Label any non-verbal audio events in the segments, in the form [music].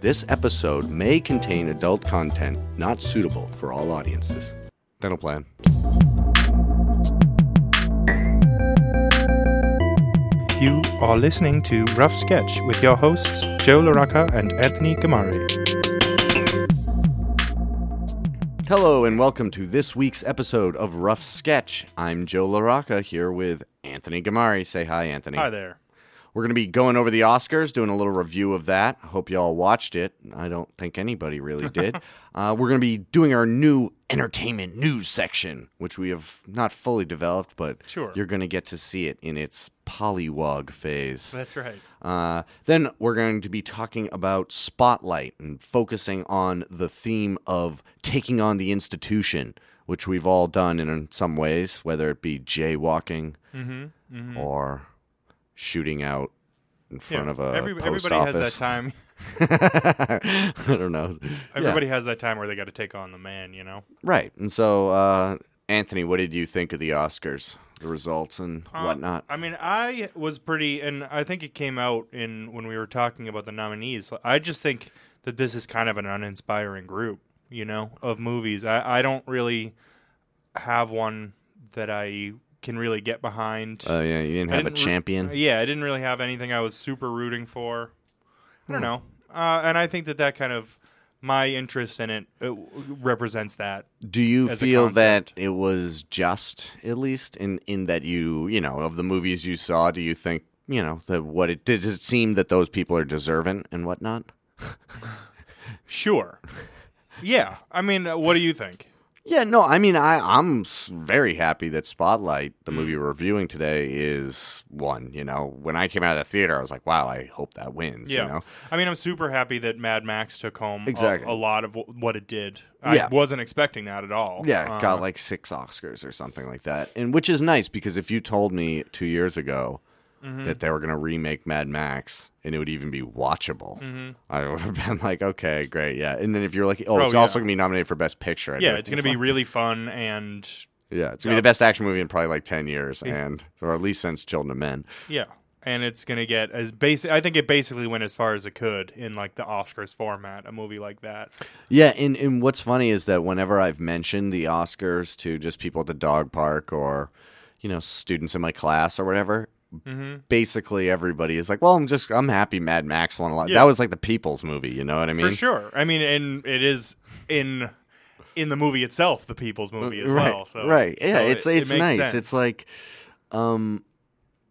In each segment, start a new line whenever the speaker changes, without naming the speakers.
This episode may contain adult content not suitable for all audiences. Dental plan.
You are listening to Rough Sketch with your hosts Joe LaRocca and Anthony Gamari.
Hello and welcome to this week's episode of Rough Sketch. I'm Joe LaRocca here with Anthony Gamari. Say hi, Anthony.
Hi there.
We're going to be going over the Oscars, doing a little review of that. I hope y'all watched it. I don't think anybody
[laughs]
really did. uh, we're going to be doing our new entertainment news section, which we have not fully developed, but
Sure.
you're going to get to see it in its polywog phase.
That's right.
Uh, then we're going to be talking about Spotlight and focusing on the theme of taking on the institution, which we've all done in some ways, whether it be jaywalking
Mm-hmm. mm-hmm.
or shooting out in front of a
Every,
post
everybody
office.
has that time.
[laughs] I don't know. [laughs] Yeah,
Everybody has that time where they got to take on the man, you know.
right. And so, uh, Anthony, what did you think of the Oscars, the results, and
Uh,
whatnot?
I mean, I was pretty, and I think it came out in when we were talking about the nominees. I just think that this is kind of an uninspiring group, you know, of movies. I, I don't really have one that I can really get behind.
Oh yeah, you didn't
I
have a
didn't re- uh,
champion.
Yeah, I didn't really have anything I was super rooting for. I
Hmm.
don't know, uh, and I think that that kind of my interest in it, it w- represents that.
Do you
as a
feel that
concept.
it was just, at least in in that you, you know, of the movies you saw? Do you think, you know, that what it does it seem that those people are deserving and whatnot? [laughs]
Sure. yeah, I mean, uh, what do you think?
Yeah, no, I mean, I, I'm s- very happy that Spotlight, the movie we're reviewing today, is one. You know, when I came out of the theater, I was like, wow, I hope that wins. You know,
I mean, I'm super happy that Mad Max took home a-
Exactly.
a, lot of w- what it did.
Yeah.
I wasn't expecting that at all.
yeah, it
Uh,
got like six Oscars or something like that, and which is nice because if you told me two years ago
Mm-hmm.
that they were going to remake Mad Max and it would even be watchable, I would have [laughs] been like, okay, great, yeah. And then if you're like, oh,
Mm-hmm. Oh,
it's
yeah.
also going to be nominated for Best Picture, I'd
yeah,
like,
it's going to be really fun and
yeah, it's going to be the best action movie in probably like ten years, and or at least since Children of Men.
yeah, and it's going to get as basic. I think it basically went as far as it could in like the Oscars format, a movie like that.
Yeah, and, and what's funny is that whenever I've mentioned the Oscars to just people at the dog park or, you know, students in my class or whatever,
Mm-hmm.
basically everybody is like, "Well, I'm just I'm happy Mad Max won a lot."
Yeah.
That was like the people's movie, you know what I mean?
For sure. I mean, and it is in in the movie itself, the people's movie as
Uh, [laughs] right,
well. So
right, yeah,
so
it's
it- it
it's
makes
nice.
sense.
It's like, um,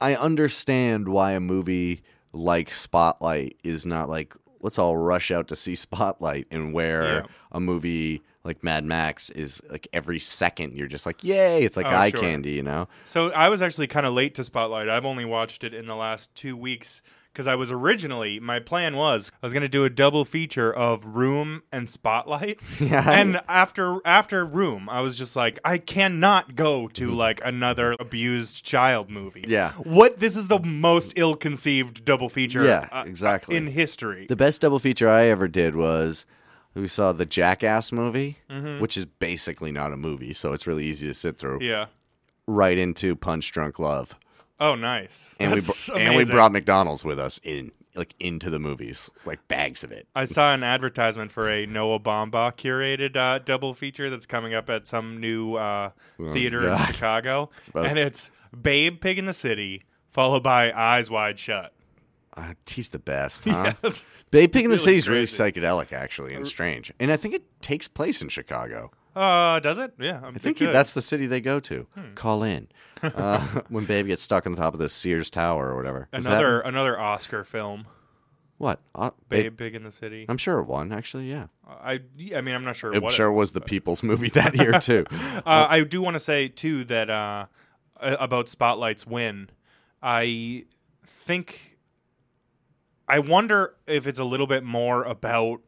I understand why a movie like Spotlight is not like let's all rush out to see Spotlight, and where
Yeah.
a movie like Mad Max is like every second you're just like, yay! It's like
Oh,
eye
sure.
candy, you know?
So I was actually kind of late to Spotlight. I've only watched it in the last two weeks because I was originally my plan was I was going to do a double feature of Room and Spotlight.
[laughs] Yeah, I-
And after after Room, I was just like, I cannot go to like another abused child movie.
Yeah.
What? This is the most ill-conceived double feature.
Yeah,
uh,
exactly.
in history.
The best double feature I ever did was we saw the Jackass movie, which is basically not a movie, so it's really easy to sit through.
Mm-hmm. yeah.
Right into Punch Drunk Love,
Oh, nice.
and
That's
we br- and we
amazing.
brought McDonald's with us in like into the movies, like bags of it.
I saw an advertisement for a Noah Baumbach curated uh, double feature that's coming up at some new uh, theater in
Oh, God. [laughs]
Chicago,
about-
and it's Babe Pig in the City followed by Eyes Wide Shut.
Uh, he's the
[laughs]
best, huh?
That's-
They Pig in the
really
City is really
crazy.
psychedelic, actually, and strange. And I think it takes place in Chicago.
uh, does Hmm. it? Yeah, I'm
I think he- that's the city they go to. Call
[laughs]
in uh, when Babe gets stuck on the top of the Sears Tower or whatever. Is that-
another another Oscar film.
what? Uh,
Babe,
Babe.
Pig in the City.
I'm sure it won, actually. Yeah.
I I mean I'm not sure.
I'm
what
sure it was the people's movie [laughs] that year
[laughs]
too.
Uh, I do want to say too that uh, a- about Spotlight's win, I think I wonder if it's a little bit more about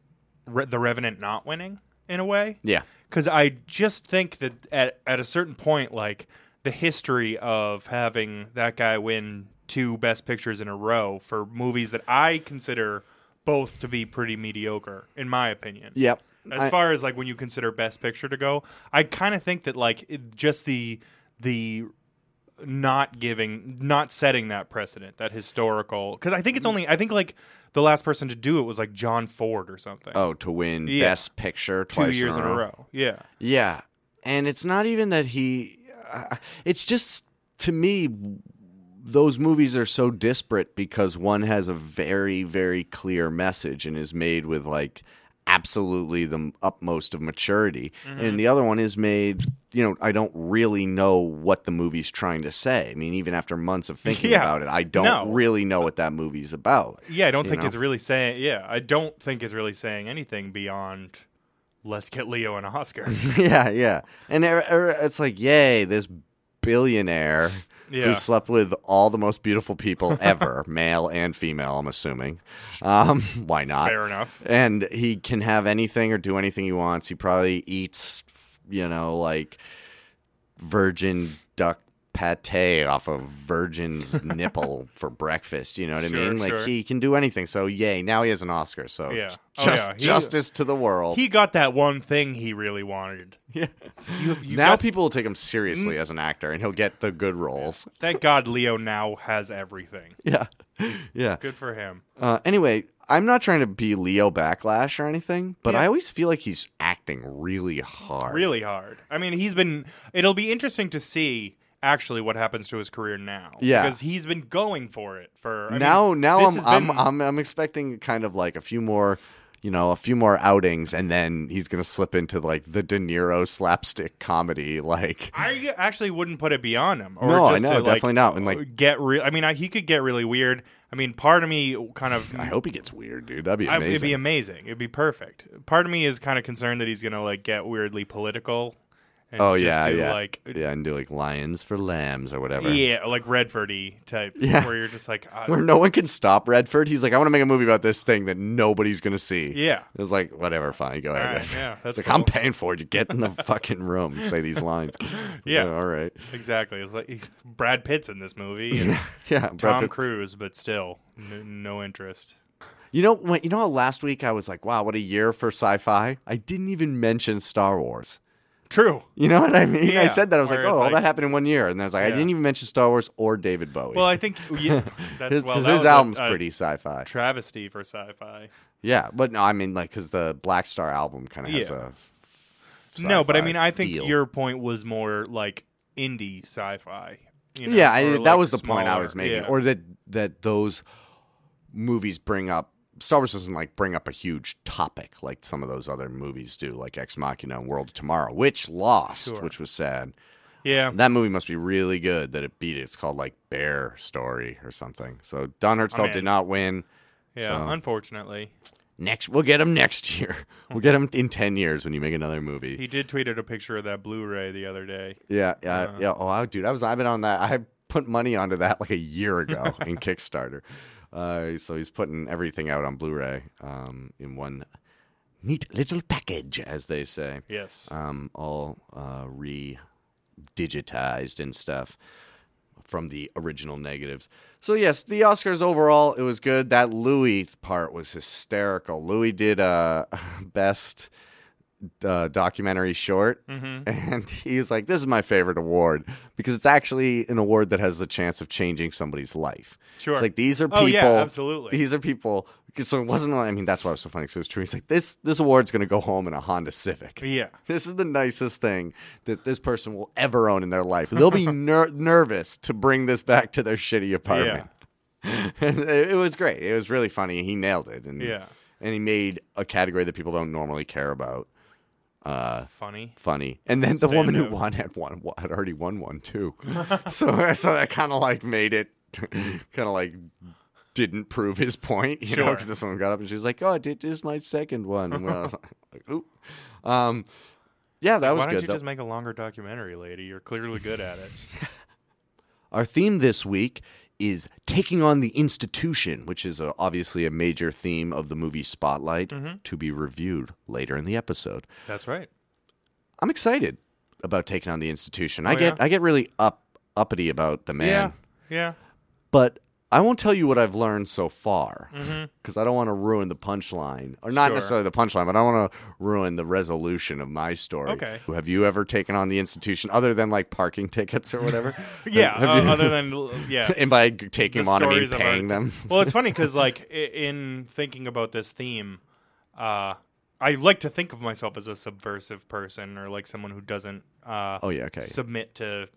Re- the Revenant not winning in a way,
yeah,
because I just think that at at a certain point, like the history of having that guy win two Best Pictures in a row for movies that I consider both to be pretty mediocre, in my opinion.
yep.
As
I-
far as like when you consider best picture to go, I kind of think that like it, just the the not giving, not setting that precedent, that historical. Because I think it's
Mm-hmm.
only, I think like the last person to do it was like John Ford or something.
Oh, to win
Yeah.
Best Picture
two
twice
years in a row. Yeah.
Yeah, and it's not even that he. Uh, it's just to me, those movies are so disparate because one has a very, very clear message and is made with like absolutely the utmost of maturity,
Mm-hmm.
and the other one is made. You know, I don't really know what the movie's trying to say. I mean, even after months of thinking
Yeah.
about it, I don't
No.
really know what that movie's about. [laughs]
Yeah, I don't
You
think
know?
it's really saying. Yeah, I don't think it's really saying anything beyond. Let's get Leo
[laughs]
an Oscar. [laughs]
yeah, yeah. And er- er- it's like, yay, this billionaire
Yeah.
who slept with all the most beautiful
[laughs]
people ever, male and female, I'm assuming. Um, [laughs] why not?
Fair enough.
And he can have anything or do anything he wants. He probably eats, you know, like virgin duck pate off a
[laughs]
virgin's nipple for breakfast. You know what I
Sure,
mean? Like,
sure.
he can do anything. So, yay, now he has an Oscar. So,
Yeah. Oh,
just,
yeah. He-
justice to the world.
He got that one thing he really wanted.
[laughs] yeah.
You, you
now
got- Mm.
people will take him seriously as an actor, and he'll get the good roles. [laughs]
thank God Leo now has everything.
Yeah, yeah.
Good for him.
Uh, anyway, I'm not trying to be Leo backlash or anything, but
Yeah.
I always feel like he's acting really hard.
Really hard. I mean, he's been. It'll be interesting to see actually what happens to his career now.
Yeah.
because he's been going for it for I mean,
now, now
this
I'm,
has
I'm,
been-
I'm I'm expecting kind of like a few more, you know, a few more outings, and then he's gonna slip into like the De Niro slapstick comedy, like.
I actually wouldn't put it beyond him. [laughs] Or
No, I
just
know,
to, like, uh,
definitely not. And, like-
get real. I mean, I, he could get really weird. I mean, part of me
[laughs]
kind of
I hope he gets weird, dude. That'd be
I-
amazing.
it'd be amazing. It'd be perfect. Part of me is kind of concerned that he's gonna like get weirdly political. And
oh
just
yeah,
do,
yeah,
Like
yeah, and do like lions for lambs or whatever.
yeah, like Redfordy type.
Yeah.
where you're just like,
[laughs]
uh,
where no one can stop Redford. He's like, I want to make a movie about this thing that nobody's gonna see.
yeah,
It was like, whatever, fine, go ahead.
right,
Redford.
yeah,
[laughs]
that's
it's like I'm
cool.
paying for it. You get in
[laughs]
the fucking room, and say these lines.
Yeah.
all right.
exactly. It's like [laughs] Brad Pitt's in this movie. And
[laughs] Yeah, Brad
Tom
Pitt.
Cruise, but still, n- no interest.
You know, when, you know how last week I was like, wow, what a year for sci-fi. I didn't even mention Star Wars.
True.
You know what I mean? I
Yeah,
said that I was like,
whereas,
oh, all
like-
that happened in one year, and I was like, I
Yeah.
didn't even mention Star Wars or David Bowie.
Well, I think
[laughs]
yeah, that's
his,
well,
'cause
that
his
was a-
album's
a
pretty sci-fi.
travesty for sci-fi.
yeah, but no, I mean like because the Black Star album kind of has
Yeah.
a.
No, but I
sci-fi
mean, I think
feel.
your point was more like indie sci-fi. You know,
yeah, I,
or,
that
like,
was the point I
smaller,
was making,
yeah.
or that that those movies bring up. Star Wars doesn't like bring up a huge topic like some of those other movies do, like Ex Machina and World of Tomorrow, which lost,
Sure.
which was sad.
yeah,
That movie must be really good that it beat it. It's called like Bear Story or something. So Don Hertzfeld
in.
did not win.
yeah.
so-
Unfortunately,
Next, we'll get him next [laughs] year. We'll get him in ten years when you make another movie.
he did tweeted a picture of that Blu-ray the other day.
Yeah, yeah,
Uh,
yeah. Oh, I, dude, I was I've been on that. I put money onto that like a year ago in Kickstarter. Uh, so he's putting everything out on Blu-ray um, in one neat little package, as they say,
Yes,
um, all uh, re-digitized and stuff from the original negatives. So yes, the Oscars overall it was good. That Louis part was hysterical. Louis did uh, [laughs] best uh, documentary short
mm-hmm.
and [laughs] he's like, "This is my favorite award because it's actually an award that has the chance of changing somebody's life."
sure.
It's like these are people.
oh yeah, absolutely.
These are people. 'cause So it wasn't. like- I mean, that's why it was so funny. Because it was true. He's like, "This this award's going to go home in a Honda Civic."
yeah,
[laughs] This is the nicest thing that this person will ever own in their life. They'll
[laughs]
be ner- nervous to bring this back to their shitty apartment. [laughs] it it was great. It was really funny. He nailed it. And,
yeah.
And he made a category that people don't normally care about. Uh,
Funny.
funny. And then the
Stand
woman
out.
who won had won had already won one too. [laughs] so so that kind of like made it [laughs] kind of like didn't prove his point, you know, 'cause know,
Sure.
because this woman got up and she was like, "Oh, this is my second one." And I was like, [laughs] "Oop." Um, yeah, that was
Why don't
good.
you
though.
just make a longer documentary, lady? You're clearly good at
[laughs]
it.
Our theme this week is taking on the institution, which is uh obviously a major theme of the movie Spotlight,
Mm-hmm.
to be reviewed later in the episode.
That's right.
I'm excited about taking on the institution. I
Oh,
get
yeah?
I get really up uppity about the man.
Yeah. Yeah.
but I won't tell you what I've learned so far because I don't want to ruin the punchline, or not
Mm-hmm. Sure.
necessarily the punchline, but I want to ruin the resolution of my story.
Okay.
Have you ever taken on the institution other than like parking tickets or whatever?
[laughs] Yeah.
Have
uh,
you- [laughs]
other than yeah.
and by g- taking
The
them on, I mean
stories of our-
paying
[laughs]
them.
well, it's funny because like i- in thinking about this theme, uh, I like to think of myself as a subversive person or like someone who doesn't uh,
Oh yeah. Okay.
submit to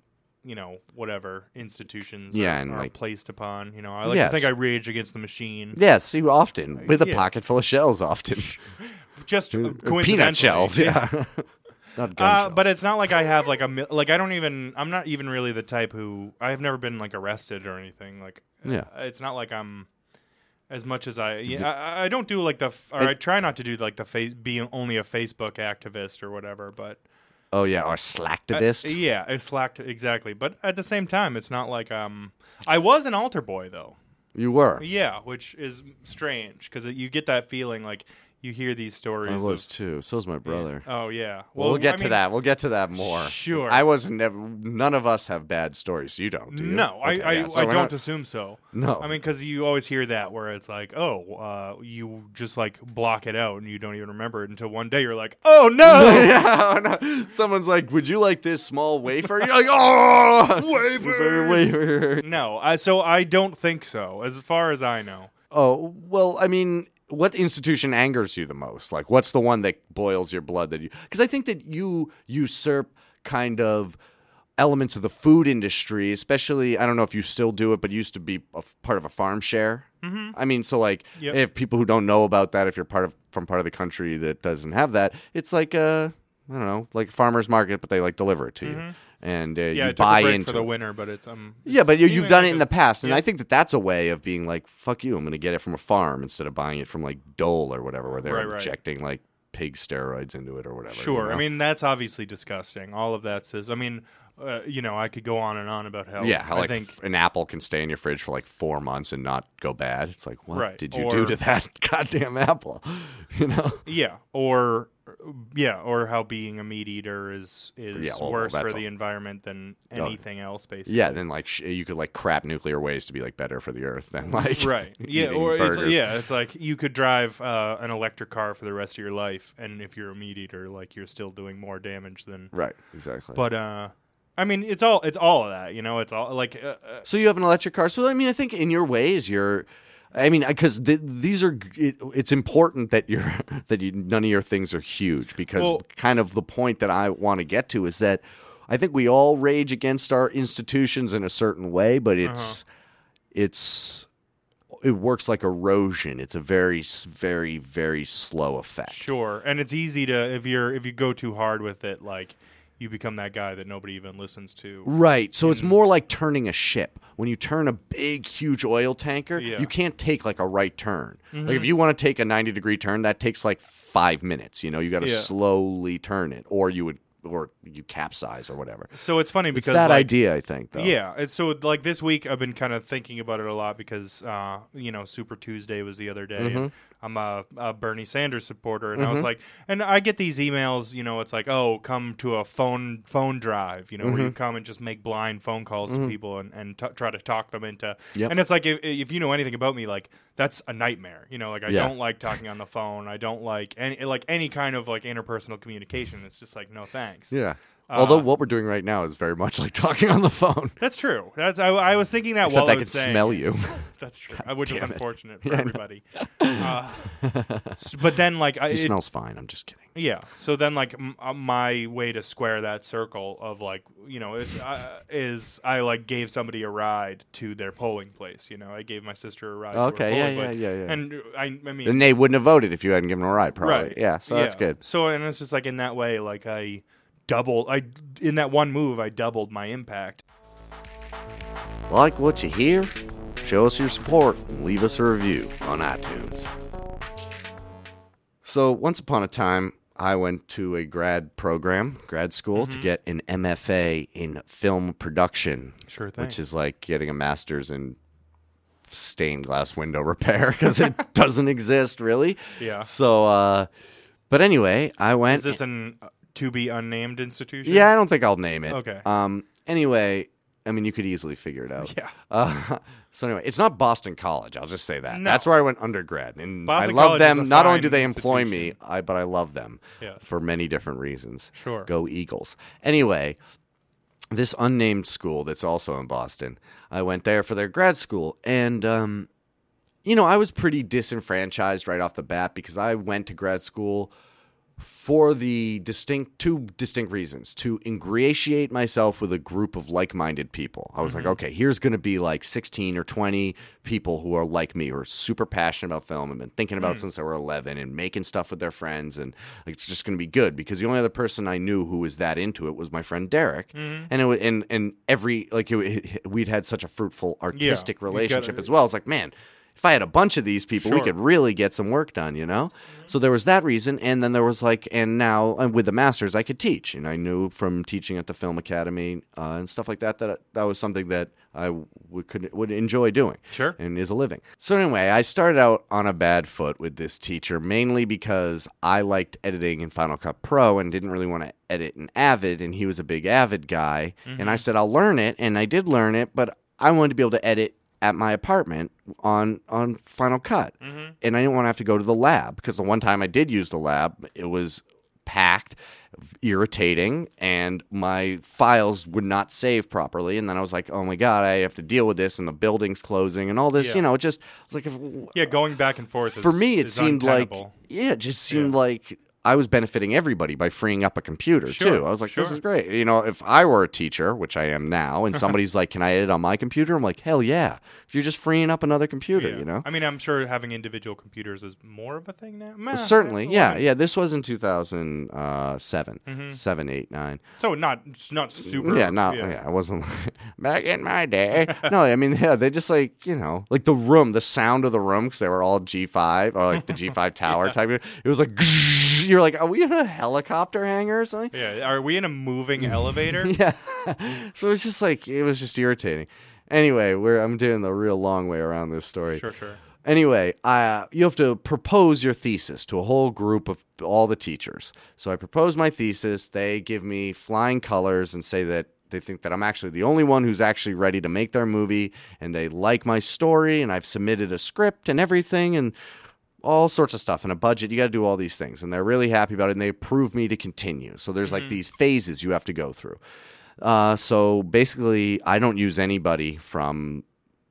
you know whatever institutions
Yeah,
are,
and,
are
like-
placed upon. You know, I like
Yes.
to think I rage against the machine.
yes. You often with a
Yeah.
pocket full of shells. Often
Just uh, [laughs] coincidentally,
peanut shells. Yeah. [laughs] not gun
Uh,
shells.
but it's not like I have like a mil- like I don't even I'm not even really the type who I've never been like arrested or anything like
Yeah.
uh, it's not like I'm as much as I yeah, I, I don't do like the f- or I try not to do like the face be only a Facebook activist or whatever but uh,
Oh yeah, or slacktivist.
yeah I slacked exactly but at the same time it's not like um I was an altar boy though
you were.
yeah which is strange because you get that feeling like you hear these stories
I
of-
was too. So was my brother.
oh yeah
Well, we'll get
I
to
mean,
that. We'll get to that more.
sure.
I was never. None of us have bad stories. You don't. Do you?
No,
Okay,
I I,
yeah, so
I
we're
don't
not-
assume so.
No.
I mean because you always hear that where it's like, oh, uh, you just like block it out and you don't even remember it until one day you're like, oh no,
[laughs] yeah, oh, no. Someone's like, "Would you like this small wafer?" You're
[laughs]
like, "Oh, wafer, wafer."
no. I, so I don't think so, as far as I know.
Oh well, I mean, what institution angers you the most? Like, what's the one that boils your blood? That you because I think that you usurp kind of elements of the food industry, especially. I don't know if you still do it, but you used to be a f- part of a farm share. Mm-hmm. I mean, so like,
Yep.
if people who don't know about that, if you're part of from part of the country that doesn't have that, it's like a I don't know, like a farmer's market, but they like deliver it to you, and uh,
Mm-hmm.
you
Yeah, I took
buy
a break
into
for the
it.
winter, but it's um.
Yeah,
it's
but you, you've
seemingly
done it
like
in
a-
the past, and
yeah.
I think that that's a way of being like, "Fuck you, I'm going to get it from a farm instead of buying it from like Dole or whatever, where they're
Right, right.
injecting like pig steroids into it or whatever." you
Sure, I
know?
mean that's obviously disgusting. All of that says. I mean, uh, you know, I could go on and on about how.
yeah, how
I
like
think
f- an apple can stay in your fridge for like four months and not go bad. It's like, what
Right,
did you do
or-
to that [laughs] goddamn apple? [laughs] You know?
Yeah, or yeah, or how being a meat eater is is
Yeah, well,
worse
that's Oh,
for the
all.
environment than
Yeah.
anything else, basically.
Yeah, then like sh- you could like crap nuclear waste to be like better for the earth than [laughs] like
Right. Yeah.
eating
Or it's,
burgers.
yeah, it's like you could drive uh, an electric car for the rest of your life, and if you're a meat eater, like you're still doing more damage than.
right, exactly.
But uh, I mean, it's all it's all of that, you know. It's all like uh, uh,
So you have an electric car. So I mean, I think in your ways, you're. I mean, because th- these are. g- It, it's important that you're [laughs] that you, none of your things are huge because
Well-
kind of the point that I want to get to is that I think we all rage against our institutions in a certain way, but it's it's it works like erosion. It's a very s- very very slow effect.
sure, and it's easy to if you're if you go too hard with it, like you become that guy that nobody even listens to.
Right. So
Hmm.
it's more like turning a ship. When you turn a big, huge oil tanker,
Yeah. Mm-hmm.
you can't take like a right turn. Like if you want to take a 90 degree turn, that takes like five minutes. You know, you got to
Yeah.
slowly turn it or you would, or you capsize or whatever.
So it's funny
It's
because
that
like,
idea, I think, though.
Yeah, and so like this week I've been kind of thinking about it a lot because uh, you know Super Tuesday was the other day.
Mm-hmm.
and I'm a, a Bernie Sanders supporter, and I was like, and I get these emails. You know, it's like, oh, come to a phone phone drive. You know,
Mm-hmm.
where you come and just make blind phone calls to people and and t- try to talk them into.
Yep.
And it's like if, if you know anything about me, like that's a nightmare. You know, like I
Yeah.
don't like talking on the phone. I don't like any like any kind of like interpersonal communication. It's just like no thanks.
Yeah.
Uh,
Although what we're doing right now is very much like [laughs] talking on the phone,
That's true. That's I, I was thinking that
except
while I
I can
was saying
smell you. [laughs]
[laughs] That's true, uh, which is
damn it. [laughs]
unfortunate for everybody. uh, s- but then, like, I,
he
it,
smells fine. I'm just kidding.
yeah. So then, like, m- uh, my way to square that circle of like, you know, is, uh, is I like gave somebody a ride to their polling place. You know, I gave my sister a ride. to her
Okay, yeah,
polling
yeah,
place.
yeah, yeah.
And uh, I, I mean,
And they wouldn't have voted if you hadn't given them a ride, probably.
Right.
Yeah. So that's good.
So and it's just like in that way, like I doubled. I in that one move, I doubled my impact.
Like what you hear? Show us your support and leave us a review on iTunes. So, once upon a time, I went to a grad program, grad school,
Mm-hmm.
to get an MFA in film production,
Sure
which is like getting a master's in stained glass window repair because it
[laughs]
doesn't exist really.
Yeah.
So, uh, but anyway, I went.
Is this an uh, to be unnamed institution?
Yeah, I don't think I'll name it.
Okay.
Um. Anyway, I mean, you could easily figure it out.
Yeah.
Uh, [laughs] so anyway, it's not Boston College. I'll just say that.
No.
That's where I went undergrad, and
Boston
I love
College is a
them. Not only
fine
do they employ me, I but I love them
Yes.
for many different reasons.
Sure.
Go Eagles. Anyway, this unnamed school that's also in Boston, I went there for their grad school. And, um, you know, I was pretty disenfranchised right off the bat because I went to grad school for the distinct two distinct reasons to ingratiate myself with a group of like-minded people. I was like, okay, here's going to be like 16 or 20 people who are like me who are super passionate about film and been thinking about it since they were 11 and making stuff with their friends and like, it's just going to be good because the only other person I knew who was that into it was my friend Derek.
Mm-hmm.
And it was, and and every like it, we'd had such a fruitful artistic
you gotta-
relationship as well. It's like, man, if I had a bunch of these people, we
Sure. Mm-hmm.
could really get some work done, you know? So there was that reason. And then there was like, and now and with the master's, I could teach. And I knew from teaching at the Film Academy uh, and stuff like that that that was something that I would, could, would enjoy doing
Sure.
and is a living. So anyway, I started out on a bad foot with this teacher mainly because I liked editing in Final Cut Pro and didn't really want to edit in Avid and he was a big Avid guy and I said I'll learn it and I did learn it but I wanted to be able to edit at my apartment on on Final Cut. And I didn't want to have to go to the lab because the one time I did use the lab, it was packed, irritating, and my files would not save properly. And then I was like, oh my God, I have to deal with this, and the building's closing, and all this.
Yeah.
You know, it just, I was like, if-
Yeah, going back and forth.
for
is-
me, it
is
seemed
untenable.
like, yeah, it just seemed like I was benefiting everybody by freeing up a computer,
Sure,
too. I was like, this
sure.
is great. You know, if I were a teacher, which I am now,
[laughs]
and somebody's like, can I edit on my computer? I'm like, hell yeah. You're just freeing up another computer,
Yeah.
you know?
I mean, I'm sure having individual computers is more of a thing now. Meh,
Certainly,
eh,
yeah,
whatever.
yeah. This was in uh, 2007, 7, 8, 9.
So not it's not super.
Yeah, no, Mm-hmm. yeah. I wasn't [laughs] back in my day. No, I mean, yeah, they just like you know, like the room, the sound of the room because they were all G five or like the G [laughs] five tower type. It was like [laughs] you're like, are we in a helicopter hangar or something?
Yeah, Are we in
[laughs]
a moving elevator?
Yeah. so it's just like it was just irritating. Anyway, we're I'm doing the real long way around this story. [laughs]
Sure, sure.
Anyway, uh, you have to propose your thesis to a whole group of all the teachers. So I propose my thesis. They give me flying colors and say that they think that I'm actually the only one who's actually ready to make their movie. And they like my story, and I've submitted a script and everything. And all sorts of stuff and a budget. You got to do all these things. And they're really happy about it and they approve me to continue. So there's like these phases you have to go through. Uh, so basically, I don't use anybody from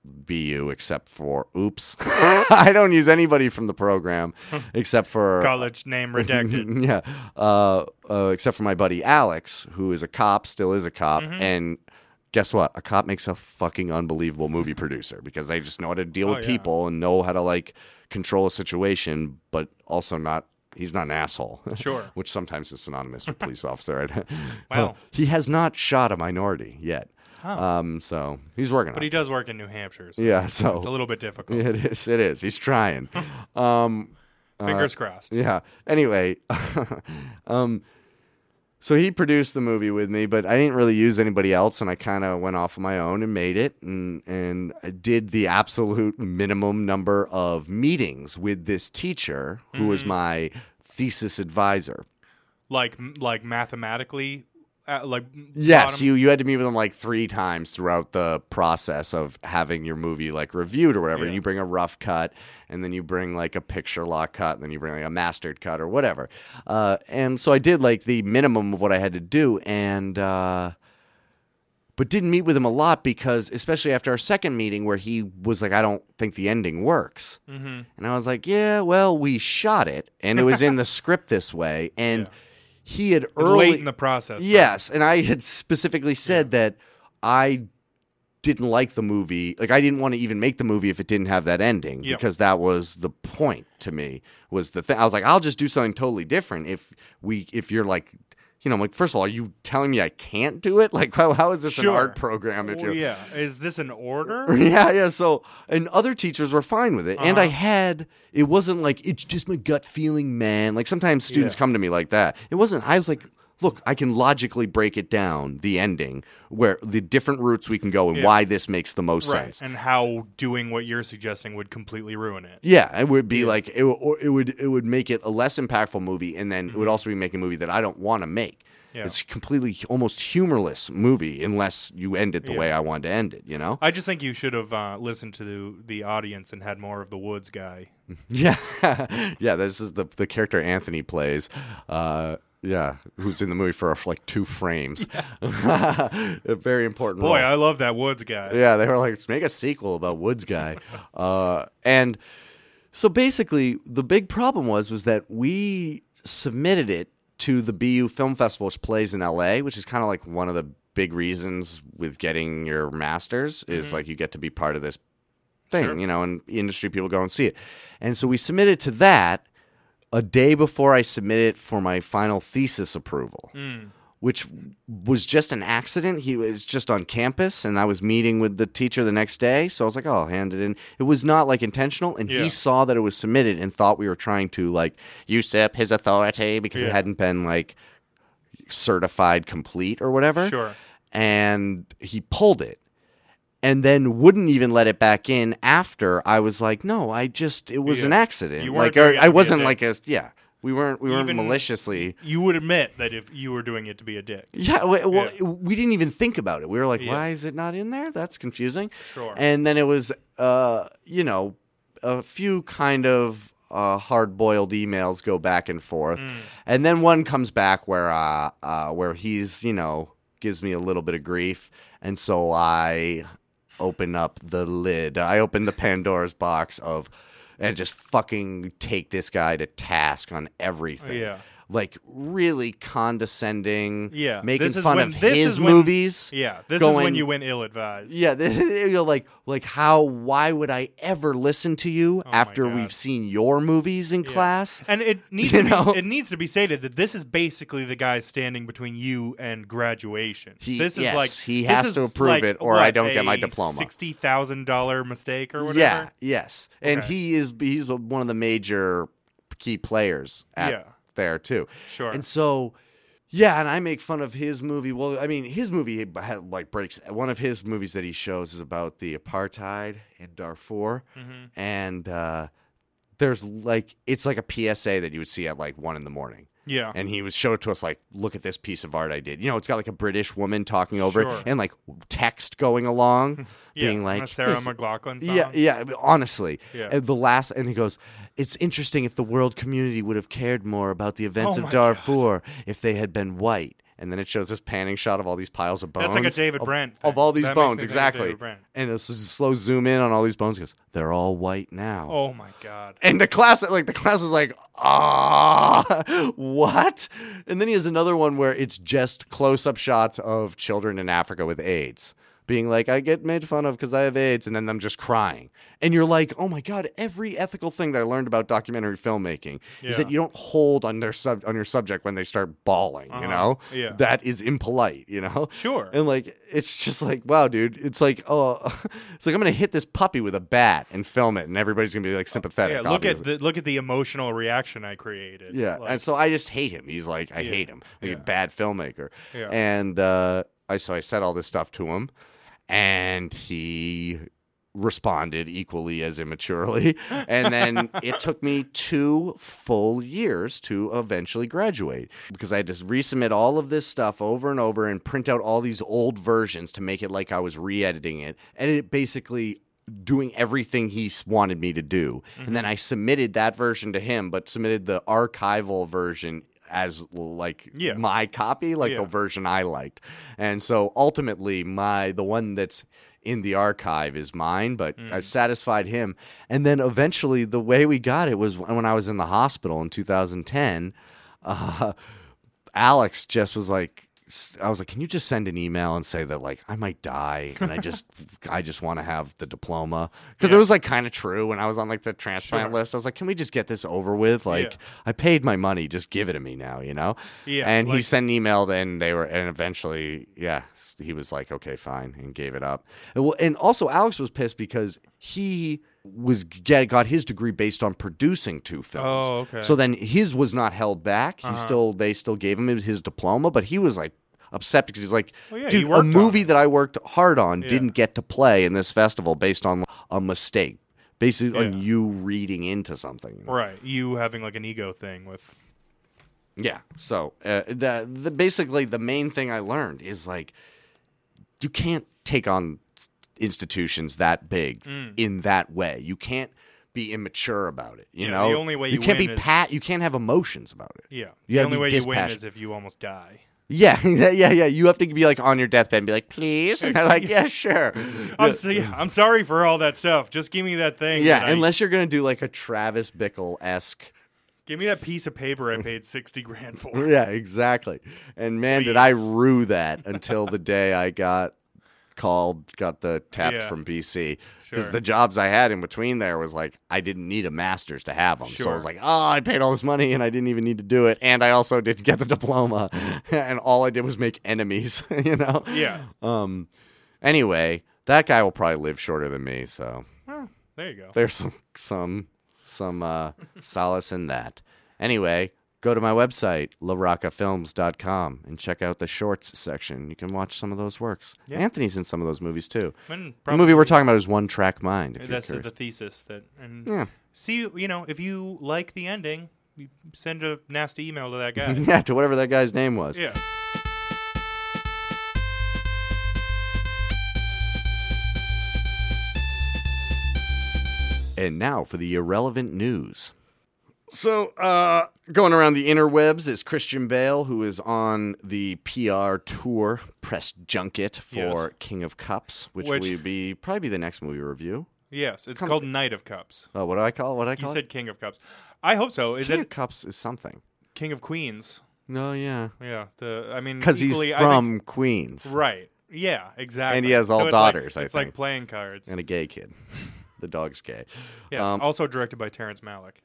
BU except for, oops, [laughs] I don't use anybody from the
[laughs]
program except for.
College name
[laughs]
redacted.
yeah. Uh, uh, except for my buddy Alex, who is a cop, still is a cop.
Mm-hmm.
And guess what? A cop makes a fucking unbelievable movie producer because they just know how to deal
Oh,
with
yeah.
people and know how to like control a situation, but also not. He's not an asshole.
Sure.
[laughs] Which sometimes is synonymous with
[laughs]
police officer. [laughs]
Wow.
he has not shot a minority yet.
Huh.
Um, so he's working
But
on
he
it.
does work in New Hampshire, so
Yeah, so
[laughs] it's a little bit
[laughs]
difficult.
it is. It is. He's trying. um,
Fingers crossed.
yeah. Anyway, [laughs] um, so he produced the movie with me, but I didn't really use anybody else, and I kind of went off on my own and made it, and and I did the absolute minimum number of meetings with this teacher who was my thesis advisor.
Like like mathematically, uh, like
Yes,
bottom-
you you had to meet with them like three times throughout the process of having your movie like reviewed or whatever.
Yeah.
You bring a rough cut, and then you bring like a picture lock cut, and then you bring like a mastered cut or whatever. Uh, and so I did like the minimum of what I had to do, and uh, but didn't meet with him a lot because especially after our second meeting where he was like, I don't think the ending works.
Mm-hmm.
And I was like, Yeah, well, we shot it, and it was
[laughs]
in the script this way, and.
Yeah.
He had
It's
early
late in the process. but-
Yes, and I had specifically said that I didn't like the movie. Like I didn't want to even make the movie if it didn't have that ending
Yep.
because that was the point to me. Was the thing I was like, I'll just do something totally different if we if you're like. You know, I'm like, first of all, are you telling me I can't do it? Like, how, how is this
Sure.
an art program? If
Well,
you're,
Oh, yeah. Is this an order?
[laughs] yeah, yeah. So, and other teachers were fine with it. And I
Uh-huh.
had, it wasn't like, it's just my gut feeling, man. Like sometimes students
Yeah.
come to me like that. It wasn't, I was like, look, I can logically break it down the ending where the different routes we can go and
Yeah.
why this makes the most
right.
sense.
And how doing what you're suggesting would completely ruin it.
Yeah, it would be like it, would- or it would it would make it a less impactful movie, and then it would also be making a movie that I don't want to make.
Mm-hmm. Yeah.
It's a completely hu- almost humorless movie unless you end it the
Yeah.
way I wanted to end it. You know?
I just think you should have uh, listened to the, the audience and had more of the Woods guy.
[laughs] Yeah, yeah. This is the the character Anthony plays. Uh, yeah, who's in the movie for like two frames? [laughs] a very important.
Boy,
role.
I love that Woods guy.
Yeah, they were like, "Let's make a sequel about Woods Guy. uh, and so basically, the big problem was was that we submitted it to the BU Film Festival, which plays in LA, which is kind of like one of the big reasons with getting your masters is like you get to be part of this thing,
Sure.
you know, and industry people go and see it. And so we submitted to that a day before I submitted for my final thesis approval
Mm.
which was just an accident. He was just on campus, and I was meeting with the teacher the next day. So I was like, "Oh, I'll hand it in." It was not like intentional, and
Yeah.
he saw that it was submitted and thought we were trying to like usurp his authority because
Yeah.
it hadn't been like certified complete or whatever.
Sure.
And he pulled it. And then wouldn't even let it back in after I was like, no, I just it was
Yeah.
an accident.
You
like
weren't
or,
doing it to
I
be a
wasn't
dick.
like a yeah. We weren't we weren't
Even-
maliciously
You would admit that if you were doing it to be a dick.
yeah, we, well,
Yeah.
we didn't even think about it. We were like,
Yeah.
why is it not in there? That's confusing.
Sure.
And then it was, uh, you know, a few kind of uh, hard boiled emails go back and forth.
Mm,
And then one comes back where, uh, uh, where he's, you know, gives me a little bit of grief. And so I open up the lid. I open the Pandora's box of, and just fucking take this guy to task on everything
Oh, yeah.
like really condescending,
Yeah,
making
this is
fun
when-
of
this
his
is when-
movies.
Yeah. This is when
Going-
you went ill advised.
Yeah, [laughs] this, you're like, like how? Why would I ever listen to you
Oh my
after
God.
we've seen your movies in
Yeah.
class? [laughs]
And it needs
You
to be,
know?
it needs to be stated that this is basically the guy standing between you and graduation.
He-
this is
yes,
like
he
this
has to
is
approve
like,
it or I
what,
don't get my
a
diploma.
Sixty thousand dollar mistake [laughs] or whatever.
Yeah, yes, and
Okay.
he is he's one of the major key players at
Yeah.
there too.
Sure.
And so, yeah, and I make fun of his movie. Well, I mean, his movie had, like breaks. One of his movies that he shows is about the apartheid in Darfur,
Mhm.
and uh, there's like it's like a PSA that you would see at like one in the morning.
yeah.
And he was showed it to us like, look at this piece of art I did. You know, it's got like a British woman talking over
Sure.
it and like text going along,
yeah.
being like,
a Sarah
"This-
McLaughlin [laughs] song.
yeah, yeah. but Honestly,
Yeah.
And the last, and he goes, "It's interesting if the world community would have cared more about the events
Oh
of
my
Darfur if they had been white." And then it shows this panning shot of all these piles of bones.
That's like a David
of,
Brent
of
thing.
all these
That makes me
bones,
think of
exactly.
David Brent.
And it's a slow zoom in on all these bones. He goes, "They're all white now."
Oh my god.
And the class, like the class, was like, "Ah, what?" And then he has another one where it's just close-up shots of children in Africa with AIDS, being like, "I get made fun of because I have AIDS," and then them just crying. And you're like, "Oh my god!" Every ethical thing that I learned about documentary filmmaking is that
Yeah.
you don't hold on their sub on your subject when they start bawling.
Uh-huh.
You know,
Yeah.
that is impolite. You know,
Sure.
and like it's just like wow, dude. It's like oh, [laughs] it's like I'm gonna hit this puppy with a bat and film it, and everybody's gonna be like sympathetic.
Oh, yeah, look
obviously.
at the look at the emotional reaction I created.
yeah.
Like,
and so I just hate him. He's like I
Yeah,
hate him. Like
yeah.
a bad filmmaker.
Yeah.
And uh, I so I said all this stuff to him, and he responded equally as
[laughs]
immaturely. And then it took me two full years to eventually graduate because I had to resubmit all of this stuff over and over and print out all these old versions to make it like I was re editing it. And it basically doing everything he s- wanted me to do. And
Mm-hmm.
then I submitted that version to him, but submitted the archival version as like
Yeah.
my copy like
Yeah.
the version I liked. And so ultimately my the one that's in the archive is mine, but
Mm.
I satisfied him. And then eventually the way we got it was when I was in the hospital in 2010, uh, Alex just was like I was like, "Can you just send an email and say that like I might die
[laughs]
and I just I just want to have the diploma?" Cuz it
Yeah.
was like kind of true when I was on like the transplant
Sure.
list. I was like, "Can we just get this over with? Like I paid my money, just give it to me now, you know?"
Yeah,
and he
like-
sent an email and they were and eventually yeah he was like okay fine and gave it up and, well, and also alex was pissed because he was get, got his degree based on producing two films.
Oh, okay. Uh-huh.
So then his was not held back. He still they still gave him his, his diploma, but he was like upset because he's like,
Well, yeah, you
dude,
worked
a
on
movie that I worked hard on didn't get to play in this festival based on a mistake, basically on
Yeah.
you reading into something.
right. You having like an ego thing with
Yeah. So uh, the the basically the main thing I learned is like you can't take on s- institutions that big
Mm.
in that way. You can't be immature about it. You
Yeah,
know,
the only way you
can't be
win is-
pat. You can't have emotions about it.
yeah.
You
the
gotta
only
be
way you win
dispassionate.
is if you almost die.
Yeah, [laughs] yeah, yeah, yeah. You have to be like on your deathbed and be like, please, and they're like,
[laughs]
yeah, sure.
I'm, so, yeah, I'm sorry for all that stuff. Just give me that thing.
Yeah,
that I-
unless you're gonna do like a Travis Bickle esque.
give me that piece of paper I paid sixty grand for.
Yeah, exactly. And man, did I
Please. [laughs]
rue that until the day I got called, got the tapped
Yeah.
from BC. Because
Sure.
the jobs I had in between there was like, I didn't need a master's to have them. So I was
Sure.
like, oh, I paid all this money and I didn't even need to do it. And I also didn't get the diploma. [laughs] and all I did was make enemies, [laughs] you know?
Yeah.
Um. Anyway, that guy will probably live shorter than me. So
Well, there you go.
there's some some some uh, solace in that. Anyway, go to my website larocafilms.com and check out the shorts section. You can watch some of those works.
Yeah.
Anthony's in some of those movies too.
And
The
probably
movie we're talking about is One Track Mind. If
that's
you're
the thesis that. And
Yeah.
see, you know, if you like the ending, you send a nasty email to that guy.
curious. yeah, [laughs] to whatever that guy's name was.
yeah.
And now for the irrelevant news. So, uh, going around the interwebs is Christian Bale, who is on the PR tour press junket for
Yes.
King of Cups, which,
Which-
will be probably be the next movie review.
Yes, it's
Come-
called Knight of Cups.
Oh, what do I call it? What do I
You
call
said King of Cups. I hope so.
it?
Is
King
it
of Cups is something.
King of Queens?
No, yeah,
Yeah. The I mean,
because he's
equally, I think-
from Queens
right. Yeah, exactly.
And he has all
So it's like-
daughters, I
it's like
think.
playing cards.
and a gay kid. [laughs] the dog's gay. [laughs]
yes.
um,
also directed by Terrence Malick.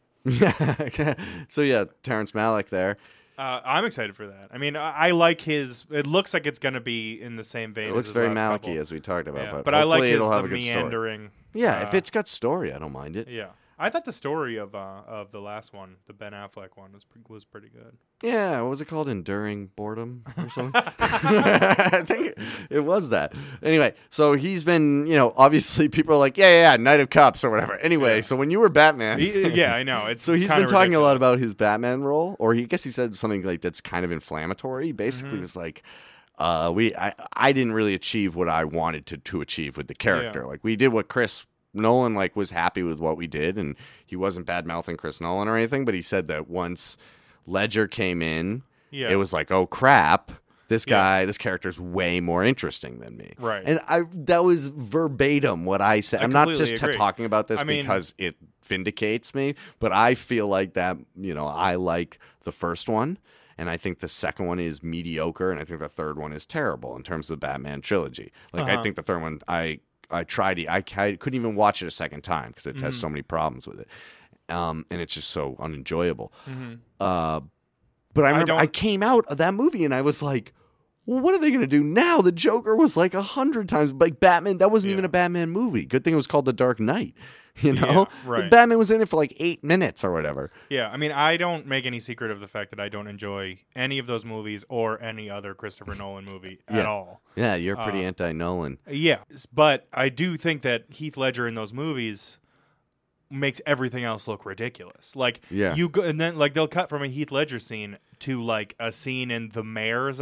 so yeah, Terrence Malick there.
Uh, I'm excited for that. I mean, I, I like his. It looks like it's going to be in the same vein.
It
as
looks
his
very
last
Malicky
couple.
as we talked about,
Yeah,
but,
but I like
hopefully
his
it'll have
the
a good story.
meandering.
Yeah, if
uh,
it's got story, I don't mind it.
Yeah, I thought the story of uh, of the last one, the Ben Affleck one, was pre- was
[laughs]
pretty good.
Yeah, what was it called? Enduring boredom or
[laughs]
something? [laughs] I think it was that. Anyway, so he's been, you know, obviously people are like, yeah, yeah, yeah Knight of Cups or whatever. Anyway,
Yeah.
so when you were Batman,
He- uh, yeah, I know. It's
so he's
kinda
been talking a
ridiculous.
lot about his Batman role, or he I guess he said something like that's kind of inflammatory. He basically,
Mm-hmm.
was like, uh, we I I didn't really achieve what I wanted to to achieve with the character.
Yeah.
Like we did what Chris Nolan like was happy with what we did, and he wasn't bad mouthing Chris Nolan or anything. But he said that once Ledger came in,
Yeah,
it was like, oh crap, this
Yeah.
guy, this character's way more interesting than me.
Right.
And I that was verbatim what I said.
I
I am not
completely
just
agree.
talking about this
I mean-
because it vindicates me, but I feel like that, you know, I like the first one. And I think the second one is mediocre, and I think the third one is terrible in terms of the Batman trilogy. Like I
Uh-huh.
think the third one, I I tried, I, I couldn't even watch it a second time because it
Mm-hmm.
has so many problems with it, um, and it's just so unenjoyable.
Mm-hmm.
Uh, but I remember I,
don't-
came out of that movie and I was like, well, what are they going to do now? The Joker was like a hundred times like Batman. That wasn't even
Yeah.
a Batman movie. Good thing it was called The Dark Knight. [laughs] You know,
Yeah, right.
Batman was in it for like eight minutes or whatever.
yeah. I mean, I don't make any secret of the fact that I don't enjoy any of those movies or any other Christopher Nolan movie at
Yeah.
all.
Yeah, you're pretty
Uh.
anti Nolan.
Yeah, s- but I do think that Heath Ledger in those movies makes everything else look ridiculous. Like
Yeah.
you go and then like they'll cut from a Heath Ledger scene to like a scene in the mayor's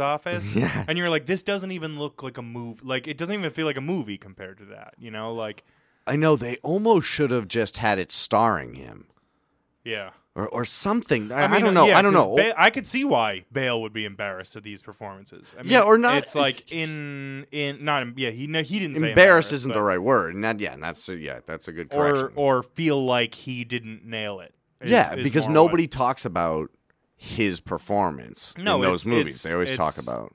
[laughs]
office
Yeah.
and you're like this doesn't even look like a movie. Like it doesn't even feel like a movie compared to that, you know? Like
I know they almost should have just had it starring him
yeah.
or or something. I, I
mean,
don't know.
yeah,
I don't
'cause
know.
Ba- I could see why Bale would be embarrassed at these performances. I mean,
Yeah, or not-
It's like in in not in- yeah. He no, he didn't say
embarrassed isn't
but-
the right word, and that yeah, and that's yeah, that's a good correction.
or or feel like he didn't nail it. is-
yeah,
is
because
more
nobody talks about his performance
No,
in those
it's-
movies.
it's-
they always talk
it's-
about
what-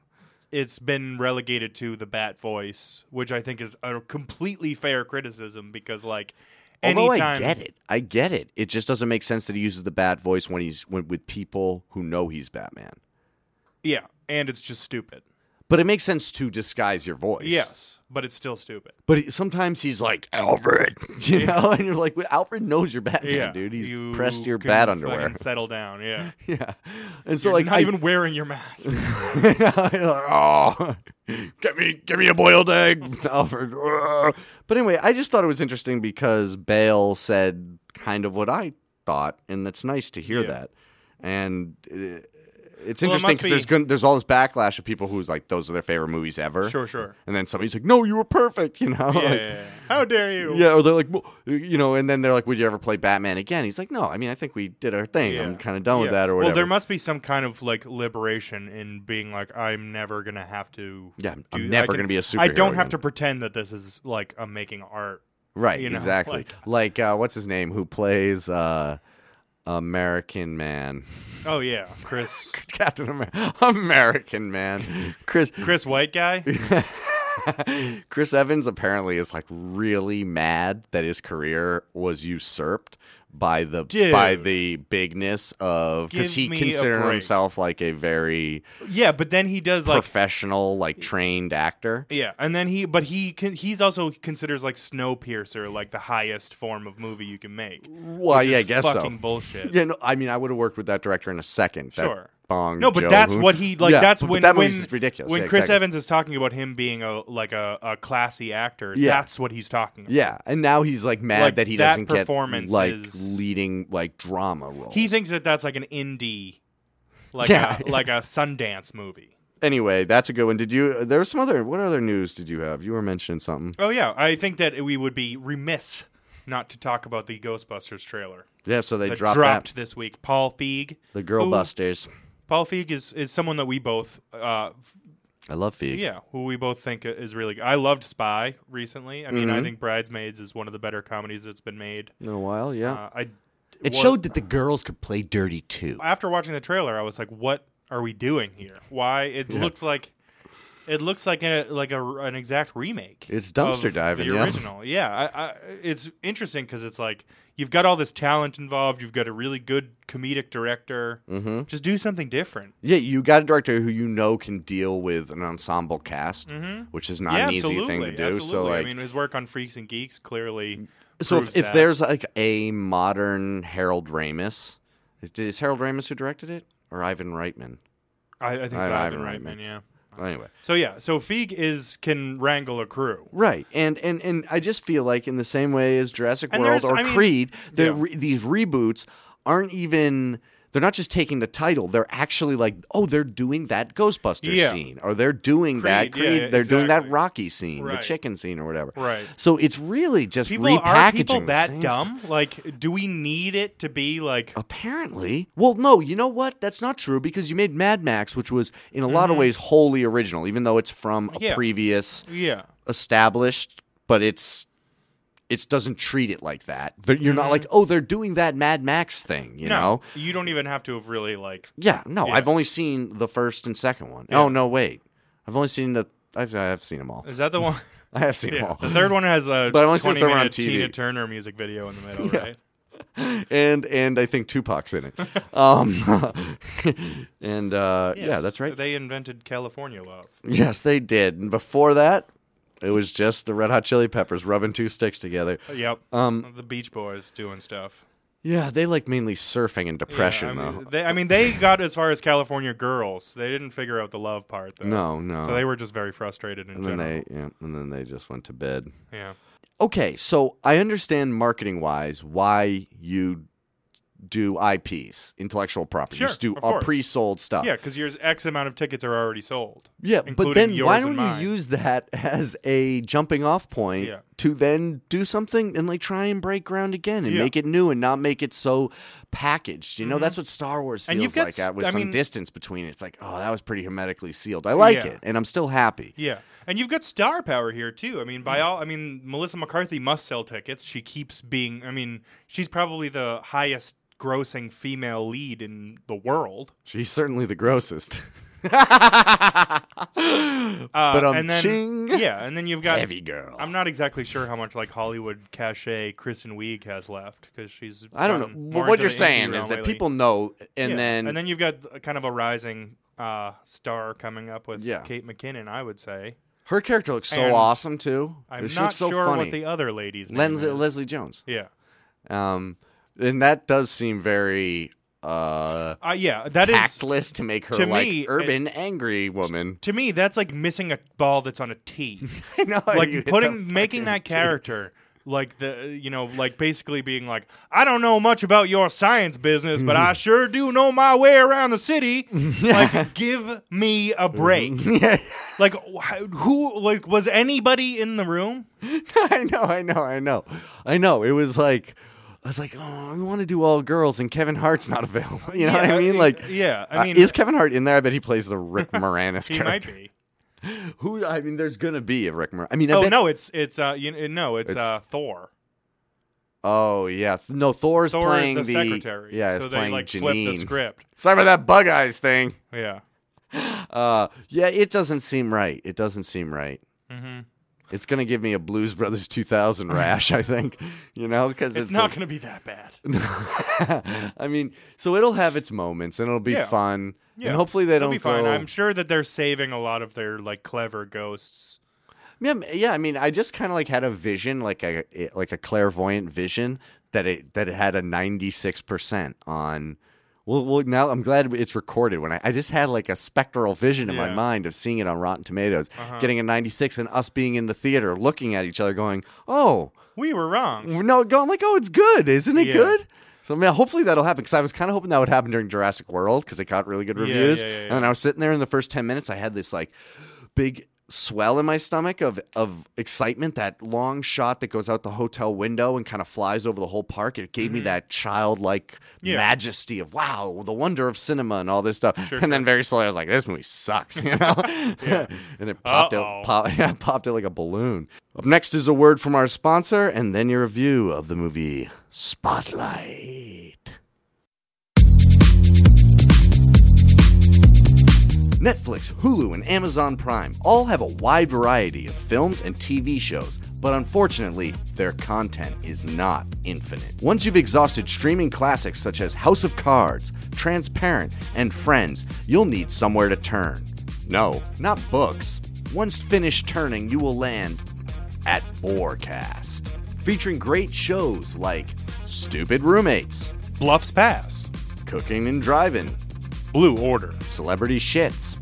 it's been relegated to the bat voice, which I think is a completely fair criticism because like
Although
anytime
I get it, I get it. It just doesn't make sense that he uses the bad voice when he's when, with people who know he's Batman.
yeah, and it's just stupid.
But it makes sense to disguise your voice.
Yes, but it's still stupid.
But he, sometimes he's like Alfred, [laughs] you know, and you're like, well, Alfred knows you're Batman,
yeah,
dude. He's
you
pressed your
can
bad
fucking
underwear.
Settle down. Yeah.
[laughs] Yeah, and so
You're
like
not
I,
even wearing
[laughs]
your mask.
oh, get me, get me a boiled egg, [laughs] Alfred. But anyway, I just thought it was interesting because Bale said kind of what I thought, and that's nice to hear
Yeah.
that. And uh, it's interesting
Well, it must
because there's
be-
gonna, there's all this backlash of people who's like, those are their favorite movies ever.
sure, sure.
And then somebody's like, no, you were perfect, [laughs] you know?
Yeah,
Like,
yeah, yeah. How dare you?
yeah, or they're like, well, you know, and then they're like, would you ever play Batman again? He's like, no, I mean, I think we did our thing.
Yeah.
I'm kind of done with
Yeah.
that or whatever.
Well, there must be some kind of like liberation in being like, I'm never gonna have to.
yeah, I'm- I'm
do- I
never
can-
going to be a superhero.
I don't have
again.
to pretend that this is like I'm making art.
Right,
you know,
exactly. Like, uh, what's his name? Who plays uh, American Man? [laughs]
Oh yeah, Chris,
Captain America. American Man. Chris. [laughs]
Chris White guy.
Chris Evans apparently is like really mad that his career was usurped by the
Dude.
by the bigness of because
Give
he
me a
considered
break.
himself like a very
Yeah, but then he does like.
professional, like trained actor.
Yeah, and then he, but he can, he's also considers like Snowpiercer like the highest form of movie you can make.
Well,
which
yeah, I
is
guess
fucking
so. [laughs]
bullshit.
Yeah, no, I mean, I would have worked with that director in a second. that
Sure.
Bong
No, but
Joon-ho.
that's what he like.
Yeah,
that's
but
when
that
when
movie's ridiculous.
when
Yeah,
Chris
exactly.
Evans is talking about him being a like a, a classy actor.
Yeah.
That's what he's talking. about.
Yeah, and now he's like mad
Like,
that he
that
doesn't get
performance
like
is-
leading like drama roles.
He thinks that that's like an indie, like
Yeah.
a, like a Sundance movie.
anyway, that's a good one. Did you? uh, There was some other. What other news did you have? You were mentioning something.
Oh yeah, I think that we would be remiss not to talk about the Ghostbusters trailer
Yeah, so they
that
dropped,
dropped
that.
this week. Paul Feig.
The Girl
who-
Busters.
Paul Feig is is someone that we both uh
I love Feig.
Yeah, who we both think is really good. I loved Spy recently. I
Mm-hmm.
mean, I think Bridesmaids is one of the better comedies that's been made.
In a while, yeah.
Uh, I
It
wa-
showed that the girls could play dirty too.
after watching the trailer, I was like, "What are we doing here? Why?" It looked like it looks like a like a, an exact remake.
It's dumpster
of
diving,
The
yeah.
original, yeah. I, I, it's interesting because it's like you've got all this talent involved. You've got a really good comedic director. Mm-hmm. Just do something different.
yeah, you got a director who you know can deal with an ensemble cast, which is not
Mm. yeah,
an easy
absolutely.
thing to do.
Absolutely.
So like, Mm.
I mean, his work on Freaks and Geeks clearly.
so
proves
if, if
that.
there's like a modern Harold Ramis, is Harold Ramis who directed it or Ivan Reitman?
I, I think it's
I- I
Ivan
haven't
Reitman,
read
yeah.
Anyway.
So yeah, so Feig is can wrangle
[laughs]
a crew.
Right, and and and I just feel like in the same way as Jurassic
And
World
there's-
or
I mean-
Creed, the
Yeah.
re- these reboots aren't even. They're not just taking the title; they're actually like, oh, they're doing that Ghostbusters
Yeah.
scene, or they're doing that
Creed,
Creed,
yeah, yeah,
they're doing that
exactly.
Rocky scene, the
Right.
chicken scene, or whatever.
Right.
So it's really just
People
repackaging.
are people
the
that
same Oh,
dumb? Like, do we need it to be like?
Apparently. Well, no, you know what? That's not true because you made Mad Max, which was in a lot of ways wholly original, even though it's from a
Mm-hmm. Yeah.
previous
Yeah,
established, but it's it doesn't treat it like that. They're, you're not like, oh, they're doing that Mad Max thing, you
Mm-hmm. no,
know?
you don't even have to have really like.
Yeah, no,
Yeah.
I've only seen the first and second one.
Yeah.
Oh no, wait, I've only seen the. I've, I have seen them all.
Is that the one?
[laughs]
[laughs]
I have seen
yeah, the
them all.
third one has a
But I only see the
twenty
third one on
minute
TV.
Tina Turner music video in the middle, right?
And and I think Tupac's in it. um, [laughs] and uh, yeah,
Yes,
that's right.
They invented California Love.
Yes, they did. And before that, it was just the Red Hot Chili Peppers rubbing two sticks together.
Yep.
Um,
the Beach Boys doing stuff.
Yeah, they like mainly surfing and
Yeah,
depression
I mean,
though.
They, I mean, they got as far as California Girls. They didn't figure out the love part though.
No, no.
So they were just very frustrated in
and then
general.
they yeah, and then they just went to bed.
yeah.
Okay, so I understand marketing wise why you do IPs, intellectual property.
Sure,
you just do
of
all
course.
pre-sold stuff.
Yeah, because your X amount of tickets are already sold.
Yeah, but
including
then
yours
why
and
don't
mine.
you use that [laughs] as a jumping off point
Yeah.
to then do something and like try and break ground again and
Yeah. Mm-hmm.
make it new and not make it so packaged. You know, that's what Star Wars feels
And you've got
like
s-
at, with
I
some
mean-
distance between it. It's like, oh, that was pretty hermetically sealed. I like
Yeah.
it and I'm still happy.
Yeah, and you've got star power here too. I mean,
Mm.
by all, I mean Melissa McCarthy must sell tickets. She keeps being. I mean, she's probably the highest grossing female lead in
[laughs]
the world.
She's certainly the grossest. [laughs]
Uh,
But, um,
and then,
ching.
yeah, and then you've got
Heavy girl.
I'm not exactly sure how much like Hollywood cachet Kristen Wiig has left because she's.
I don't
gotten
know.
more
But what
into
you're
the indie
saying
realm
is that
lately.
people know, and
Yeah,
then
and then you've got uh, kind of a rising uh, star coming up with
Yeah.
Kate McKinnon, I would say.
Her character looks so
And
awesome too.
I'm
she
not
looks so
sure
funny.
what the other lady's name
Lenz-
is.
Leslie Jones.
yeah.
Um, and that does seem very uh
Uh, yeah, that is
tactless to make her
to
like
me,
urban angry woman. [laughs]
to me that's like missing a ball that's on a tee.
I know you
like
hit the
putting making
fucking
that
tee.
character like the you know like basically being like I don't know much about your science business,
[laughs]
but I sure do know my way around the city. like give me a
[laughs]
break.
Yeah,
like wh- who like was anybody in the room?
I know, I know, I know, I know. It was like I was like, oh, we want to do all girls, and Kevin Hart's not [laughs] available. You know what I mean? Like,
yeah, I mean
uh, is Kevin Hart in there? I bet he plays the
[laughs]
Rick Moranis
he
character.
might be.
Who? I mean, there's gonna be a Rick Moranis. I mean, I
Oh
bet-
no, it's it's uh you kn- no, it's,
It's-
uh Thor.
Oh yeah, Th- no. Thor's
Thor is
playing
the, secretary.
Yeah,
so
he's
they
playing
like flip
Janine.
the script.
Sorry about that bug eyes thing.
Yeah.
[gasps] Uh, yeah, it doesn't seem right. It doesn't seem right.
Mm-hmm.
It's gonna give me a Blues Brothers 2000 rash, I think. [laughs] You know, because
It's,
it's,
not going to be that bad.
gonna. [laughs] I mean, so it'll have its moments and it'll be
Yeah.
fun.
Yeah.
And hopefully they
It'll
don't
be fine.
go.
I'm sure that they're saving a lot of their like clever ghosts.
Yeah, m- yeah. I mean, I just kind of like had a vision, like a it- like a clairvoyant vision that it that it had a ninety six percent on. Well, well, now I'm glad it's recorded. When I, I just had like a spectral vision in my
Yeah.
mind of seeing it on Rotten Tomatoes,
Uh-huh.
getting a ninety six, and us being in the theater looking at each other, going, "Oh,
We were wrong.
no!" Going like, "Oh, it's good, isn't it
Yeah.
good?" So man, hopefully that'll happen because I was kind of hoping that would happen during Jurassic World because it got really good
Yeah, yeah,
reviews.
yeah, yeah.
And I was sitting there in the first ten minutes, I had this like big swell in my stomach of of excitement. That long shot that goes out the hotel window and kind of flies over the whole park. It gave me that childlike
Mm-hmm. Yeah.
majesty of wow, the wonder of cinema and all this stuff.
Sure,
and then very slowly, I was like, this movie sucks, [laughs] you
[laughs]
know. and it popped
Uh-oh.
out, pop, [laughs] yeah, it popped out like a balloon. Up next is a word from our sponsor, and then your review of the movie Spotlight. Netflix, Hulu, and Amazon Prime all have a wide variety of films and TV shows, but unfortunately, their content is not infinite. Once you've exhausted streaming classics such as House of Cards, Transparent, and Friends, you'll need somewhere to turn. No, not books. Once finished turning, you will land at Borecast, featuring great shows like Stupid Roommates,
Bluffs Pass,
Cooking and Driving,
Blue Order,
Celebrity Shits,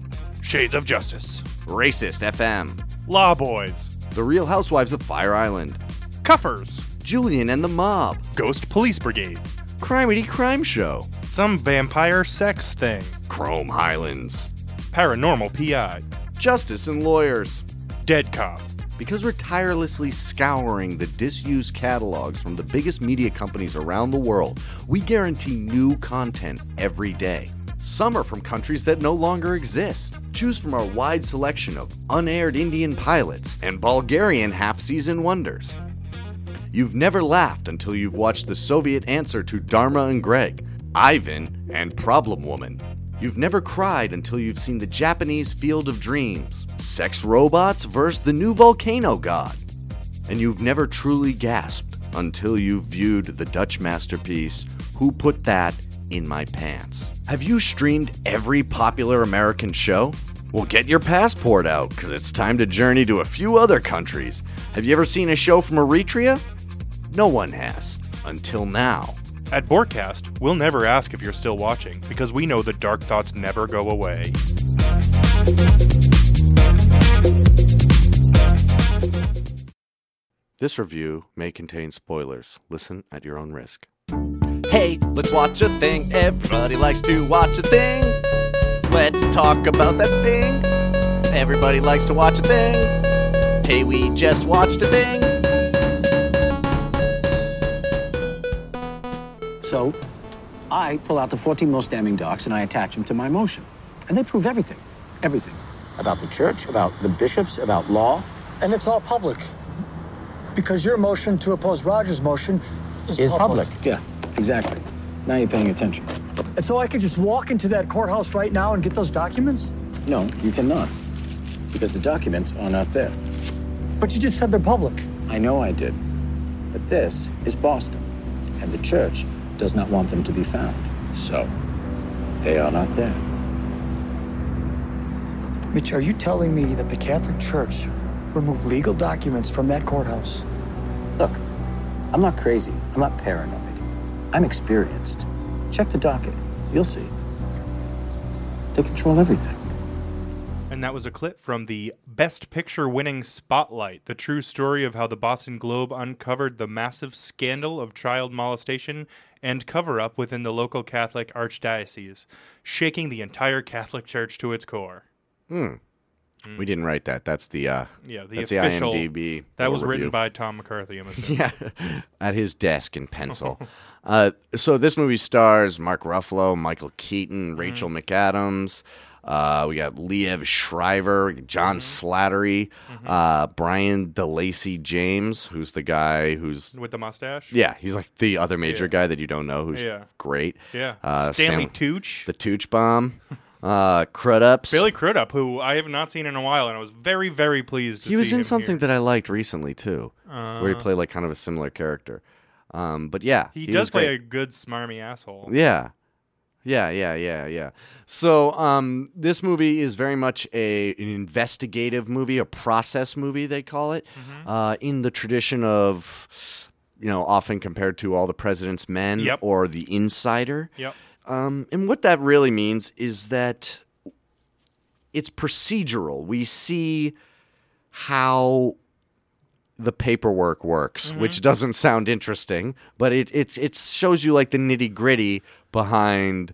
Shades of Justice,
Racist FM,
Law Boys,
The Real Housewives of Fire Island,
Cuffers,
Julian and the Mob,
Ghost Police Brigade,
Crimey Crime Show,
some vampire sex thing,
Chrome Highlands,
paranormal PI,
Justice and Lawyers.
Dead Cop,
Because we're tirelessly scouring the disused catalogs from the biggest media companies around the world, we guarantee new content every day. Some are from countries that no longer exist. Choose from our wide selection of unaired Indian pilots and Bulgarian half season wonders. You've never laughed until you've watched the Soviet answer to Dharma and Greg, Ivan, and Problem Woman. You've never cried until you've seen the Japanese Field of Dreams, Sex Robots versus the New Volcano God. And you've never truly gasped until you've viewed the Dutch masterpiece, Who Put That in My Pants. Have you streamed every popular American show? Well, get your passport out, because it's time to journey to a few other countries. Have you ever seen a show from Eritrea? No one has, until now.
At Borcast, we'll never ask if you're still watching because we know the dark thoughts never go away.
This review may contain spoilers. Listen at your own risk. Hey, let's watch a thing. Everybody likes to watch a thing. Let's talk about that thing. Everybody likes to watch a thing. Hey, we just watched a thing.
So I pull out the 14 most damning docs and I attach them to my motion. And they prove everything. Everything. About the church, about the bishops, about law.
And it's all public. Because your motion to oppose Roger's motion is,
Is public. Yeah, exactly. Now you're paying attention.
And so I could just walk into that courthouse right now and get those documents?
No, you cannot. Because the documents are not there.
But you just said they're public.
I know I did. But this is Boston. And the church does not want them to be found. So they are not there.
Mitch, are you telling me that the Catholic Church removed legal documents from that courthouse?
Look, I'm not crazy. I'm not paranoid. I'm experienced. Check the docket. You'll see. They control everything.
And that was a clip from the Best Picture winning Spotlight, the true story of how the Boston Globe uncovered the massive scandal of child molestation and cover up within the local Catholic archdiocese, shaking the entire Catholic Church to its core.
We didn't write that. That's the uh,
Yeah, the
that's
official.
the IMDb.
That was written
overview.
by Tom McCarthy,
[laughs]
I'm assuming.
yeah, at his desk in pencil. uh, so this movie stars Mark Ruffalo, Michael
Mm-hmm.
Keaton, Rachel McAdams. Uh, we got Liev Shriver, John
Mm-hmm.
Slattery, uh, Brian DeLacy James, who's the guy who's
With the mustache?
yeah, he's like the other major guy that you don't know who's
Yeah.
great.
Yeah.
uh,
Stanley
Stanley-
Tooch.
the Tooch Bomb, uh, Crudups.
Billy Crudup, who I have not seen in a while, and I was very, very pleased to
he was
see
in
him
something
here. Uh.
that I liked recently too, where he played like kind of a similar character. Um, but yeah,
He,
was
does play
great.
a good smarmy asshole.
Yeah. Yeah, yeah, yeah, yeah. So, um, this movie is very much a an investigative movie, a process movie they call it, uh, in the tradition of, you know, often compared to all the President's Men
Yep.
or the Insider.
Yep.
Um, and what that really means is that it's procedural. We see how the paperwork works, which doesn't sound interesting, but it it it shows you like the nitty gritty behind.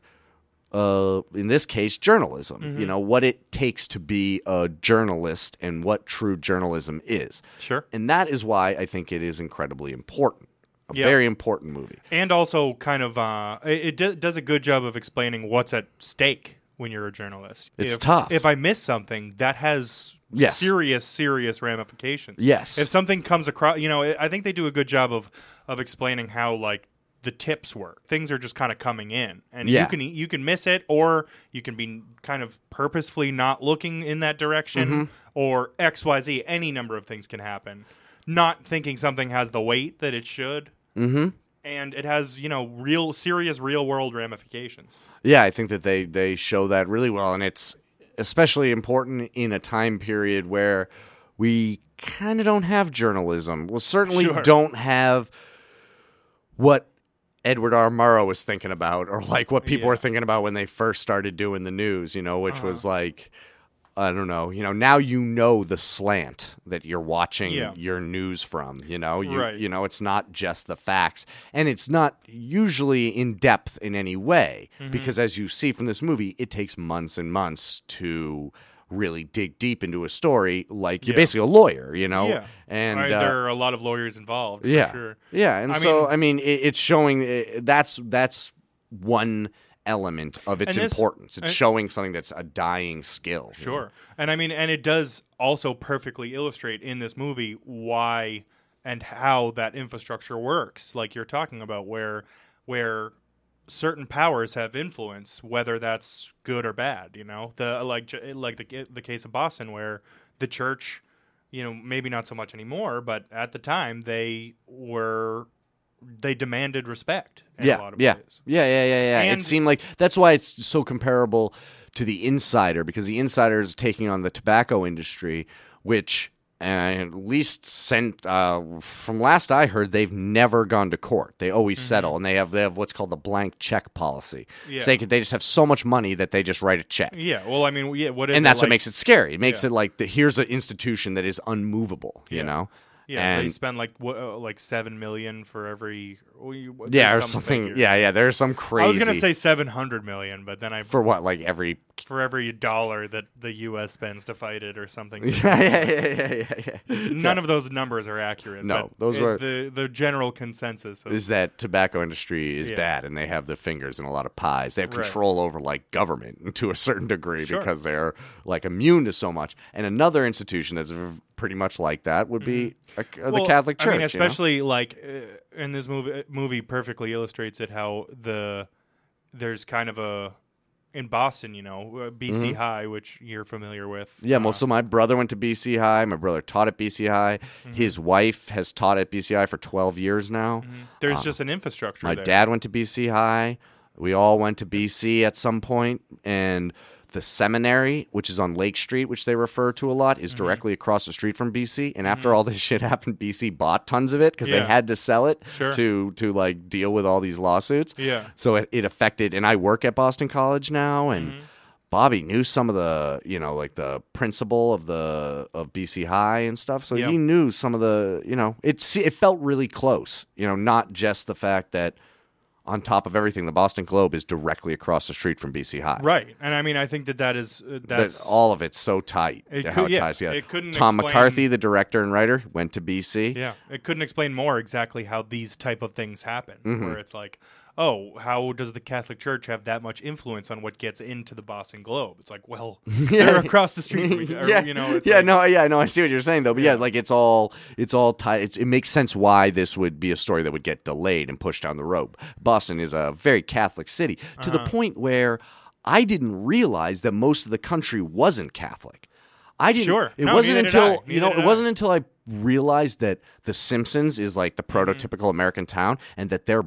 Uh, in this case, journalism. You know what it takes to be a journalist and what true journalism is,
Sure.
and that is why I think it is incredibly important. A
Yeah.
very important movie.
and also kind of uh, it, it do- does a good job of explaining what's at stake when you're a journalist.
It's
if,
tough.
If I miss something, that has
Yes.
serious, serious ramifications.
Yes.
If something comes across, you know, I I think they do a good job of of explaining how like the tips work. Things are just kind of coming in, and
Yeah.
you can e, you can miss it, or you can be kind of purposefully not looking in that direction,
Mm-hmm.
or X, Y, Z. Any number of things can happen. Not thinking something has the weight that it should
Mm-hmm.
and it has you know real serious real world ramifications
Yeah, I think that they they show that really well, and it's especially important in a time period where we kind of don't have journalism. Well, certainly
Sure.
don't have what Edward R. Murrow was thinking about, or like what people were thinking about when they first started doing the news. You know, which
Uh-huh.
was like. I don't know. You know, now you know the slant that you're watching
Yeah.
your news from. You know, you,
Right.
you know, it's not just the facts, and it's not usually in depth in any way
Mm-hmm.
because, as you see from this movie, it takes months and months to really dig deep into a story. Like you're
Yeah.
basically a lawyer, you know,
yeah
and
Right,
uh,
there are a lot of lawyers involved for
yeah,
sure
yeah, and
I
so
mean-
I mean, it, it's showing uh, that's that's one element of its
And this-
importance. It's
and-
showing something that's a dying skill. you know?
sure and i mean and it does also perfectly illustrate in this movie why and how that infrastructure works like you're talking about where where certain powers have influence whether that's good or bad you know the like j- like the the case of boston where the church you know maybe not so much anymore but at the time they were they demanded respect in
yeah,
a lot of
yeah.
ways
yeah, yeah, yeah, yeah. It
And-
seemed like that's why it's so comparable to the Insider because the Insider is taking on the tobacco industry, which uh, at least sent uh, from last I heard they've never gone to court. They always settle, and they have they have what's called the blank check policy.
Mm-hmm. Yeah.
So they could, they just have so much money that they just write a check.
yeah well i mean yeah what is
And
it
that's
like-
what makes it scary. It makes
Yeah.
it like the, here's an institution that is unmovable, you
Yeah.
know?
Yeah, they
And-
spend like what, uh, like seven million for every. well, you- what-
yeah, or
there's some
something.
figure.
Yeah, yeah. There's some crazy.
I was gonna say seven hundred million, but then I for,
for what, like every
every dollar that the U.S. spends to fight it
[laughs]
or [laughs] something.
yeah, yeah, yeah, yeah, yeah, yeah.
None of those numbers are accurate.
No,
but
those
it-
were-
the the general consensus. Of,
Is that tobacco industry is
Yeah.
bad, and they have the fingers in a lot of pies. They have
Right.
control over like government [laughs] to a certain degree
Sure.
because they're like immune to so much. And another institution that's v- pretty much like that would be a, uh, the
Well,
Catholic Church.
I mean,
you know?
especially like uh, in this movie, movie perfectly illustrates it how the there's kind of a in Boston, you know, uh, BC High, which you're familiar with.
Mm-hmm. Yeah, most so my brother went to BC High. My brother taught at BC High. His wife has taught at BC High for twelve years now.
There's just an infrastructure.
My
there.
dad went to BC High. We all went to BC at some point, and the seminary, which is on Lake Street, which they refer to a lot, is
Mm-hmm.
directly across the street from BC. And after all this [laughs] shit happened, BC bought tons of it because they
Yeah.
had to sell it
Sure.
to to like deal with all these lawsuits.
Yeah.
So it, it affected. And I work at Boston College now, and
Mm-hmm.
Bobby knew some of the you know like the principal of the of BC High and stuff. So
Yeah.
he knew some of the you know it se- it felt really close. You know, not just the fact that. On top of everything, the Boston Globe is directly across the street from BC High
Right, and I mean, I think that that is uh,
that
that's
all of it's so tight
It
to
could-
how it
yeah,
ties together.
it couldn't
Tom
explain-
McCarthy, the director and writer, went to BC.
Yeah, it couldn't explain more exactly how these type of things happen.
Mm-hmm.
Where it's like, oh, how does the Catholic Church have that much influence on what gets into the Boston Globe? It's
[laughs]
like, well, they're across the street. We- or,
yeah,
you know, it's
yeah,
like-
no, yeah, no. I see what you're saying though, but yeah,
Yeah.
like it's all, it's all tied. It's, it makes sense why this would be a story that would get delayed and pushed down the road. Boston is a very Catholic city to
Uh-huh.
the point where I didn't realize that most of the country wasn't Catholic. I didn't.
Sure.
It
No,
wasn't
neither did I.
until you know,
Neither
it
did I.
wasn't until I realized that The Simpsons is like the prototypical American town and that they're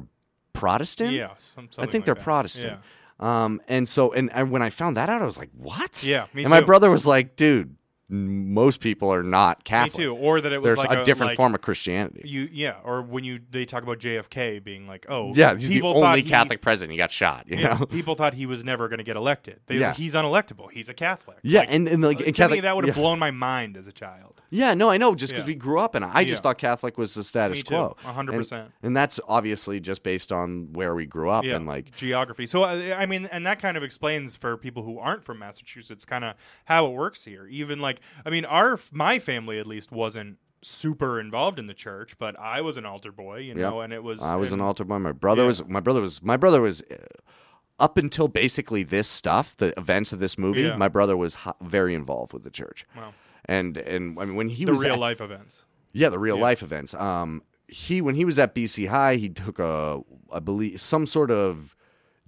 Protestant.
Mm-hmm. yeah.
I
some- something
think
like
they're
that.
Protestant.
Yeah.
Um, and so, and I, when I found that out, I was like, "What?"
Yeah, me
and my
too.
brother was like, "Dude, n- most people are not
Me
Catholic.
too. Or that it was
There's
like
a, different
like,
form of Christianity."
You yeah, or when you they talk about JFK being like, oh
yeah, he's the
people thought
only
he-
Catholic president. He got shot. You
Yeah,
know.
people thought he was never going to get elected. They
Yeah.
yeah. he's unelectable. He's a Catholic.
Yeah,
Like,
and, and like
Uh, to
and Catholic,
me, that would have
yeah.
blown my mind as a child.
Yeah, no, I know. Just because
Yeah.
we grew up in it, I just
Yeah.
thought Catholic was the status
Me too,
quo.
a hundred
And-
percent.
And that's obviously just based on where we grew up and like
geography. So I, I mean, and that kind of explains for people who aren't from Massachusetts, kind of how it works here. Even like, I mean, our my family at least wasn't super involved in the church, but I was an altar boy, you
Yep.
know, and it was
I was
and-
an altar boy. My brother
Yeah.
was. My brother was. My brother was. uh, Up until basically this stuff, the events of this movie,
Yeah.
my brother was ho- very involved with the church.
Wow.
And and I mean when he
the
was
real
at-
life events.
yeah the real life events. Um, he when he was at BC High, he took a I believe some sort of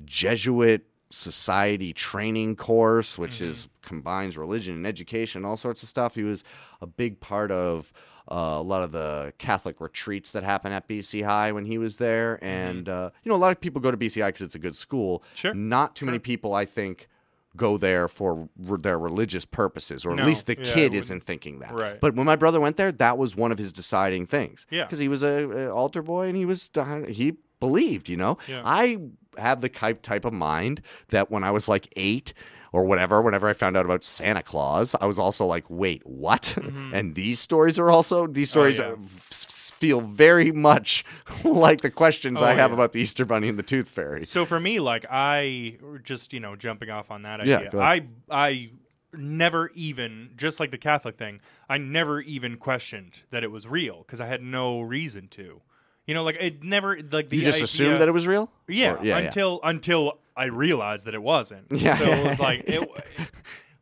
Jesuit society training course, which
Mm-hmm.
is combines religion and education, all sorts of stuff. He was a big part of uh, a lot of the Catholic retreats that happened at BC High when he was
Mm-hmm.
there, and uh, you know a lot of people go to BC High because it's a good school.
Sure.
not too many people, I think. Go there for r their religious purposes, or
No.
at least the
Yeah, I
kid
wouldn't-
isn't thinking that.
Right.
But when my brother went there, that was one of his deciding things.
Yeah.
Because he was a, a altar boy and he was he believed. You know,
Yeah.
I have the type type of mind that when I was like eight or whatever, whenever I found out about Santa Claus, I was also like, wait, what? and these stories are also these stories
Mm-hmm. Oh, yeah.
are- f- s- feel very much [laughs] like the questions I
Oh,
have
yeah.
about the Easter Bunny and the Tooth Fairy.
So for me, like I just you know jumping off on that
Yeah,
idea,
go
I
ahead.
I never even just like the Catholic thing, I never even questioned that it was real because I had no reason to. You know, like it never like the
you just
idea,
assumed that it was real?
yeah,
Or-
until until I realized that it wasn't.
[laughs] Yeah.
So it was like
[laughs]
it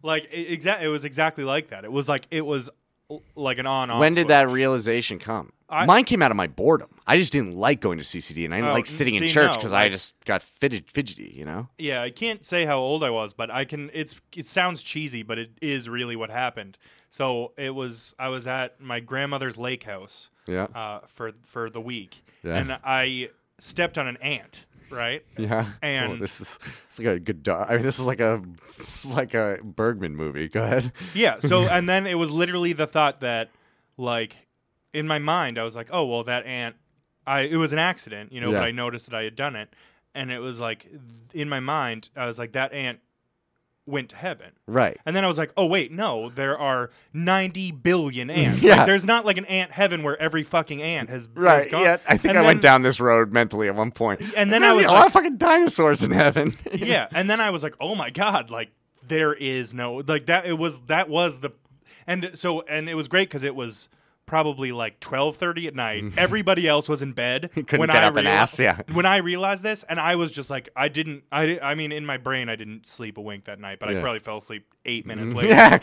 like it, exa- it was exactly like that. It was like it was l- like an on off.
When did that realization come?
I-
Mine came out of my boredom. I just didn't like going to CCD, and I didn't
Oh,
like
n-
sitting in
see,
church
no,
because I
like-
just got fidget, fidgety. You know?
yeah, I can't say how old I was, but I can. It's it sounds cheesy, but it is really what happened. So it was I was at my grandmother's lake house
Yeah.
uh, for for the week,
Yeah.
and I stepped on an ant. Right.
yeah. [laughs]
and-
Well, this is it's like a good. do- I mean, this is like a [laughs] like a Bergman movie. Go ahead. [laughs]
Yeah. So, and then it was literally the thought that, like, in my mind, I was like, oh, well, that ant, I, it was an accident, you know,
Yeah.
but I noticed that I had done it. And it was like, in my mind, I was like, that ant went to heaven.
Right.
And then I was like, oh, wait, no, there are 90
[laughs]
billion ants.
Yeah.
Like, there's not like an ant heaven where every fucking ant has, has
Right.
gone.
Yeah. I think
And
I went
then-
down this road mentally at one point.
[laughs] And then
There'd
I
be
was
a lot
like-
of fucking dinosaurs in heaven.
[laughs]
[laughs]
yeah and then i was like oh my god like there is no like that it was that was the and so and it was great because it was probably like 12.30 at night everybody else was in bed
Mm-hmm. [laughs] couldn't
when
get
i
up and
reali-
ass, yeah.
[laughs] when i realized this and i was just like i didn't i, di- I mean in my brain i didn't sleep a wink that night but
Yeah. Mm-hmm.
i probably fell asleep eight minutes
[laughs]
later
yeah.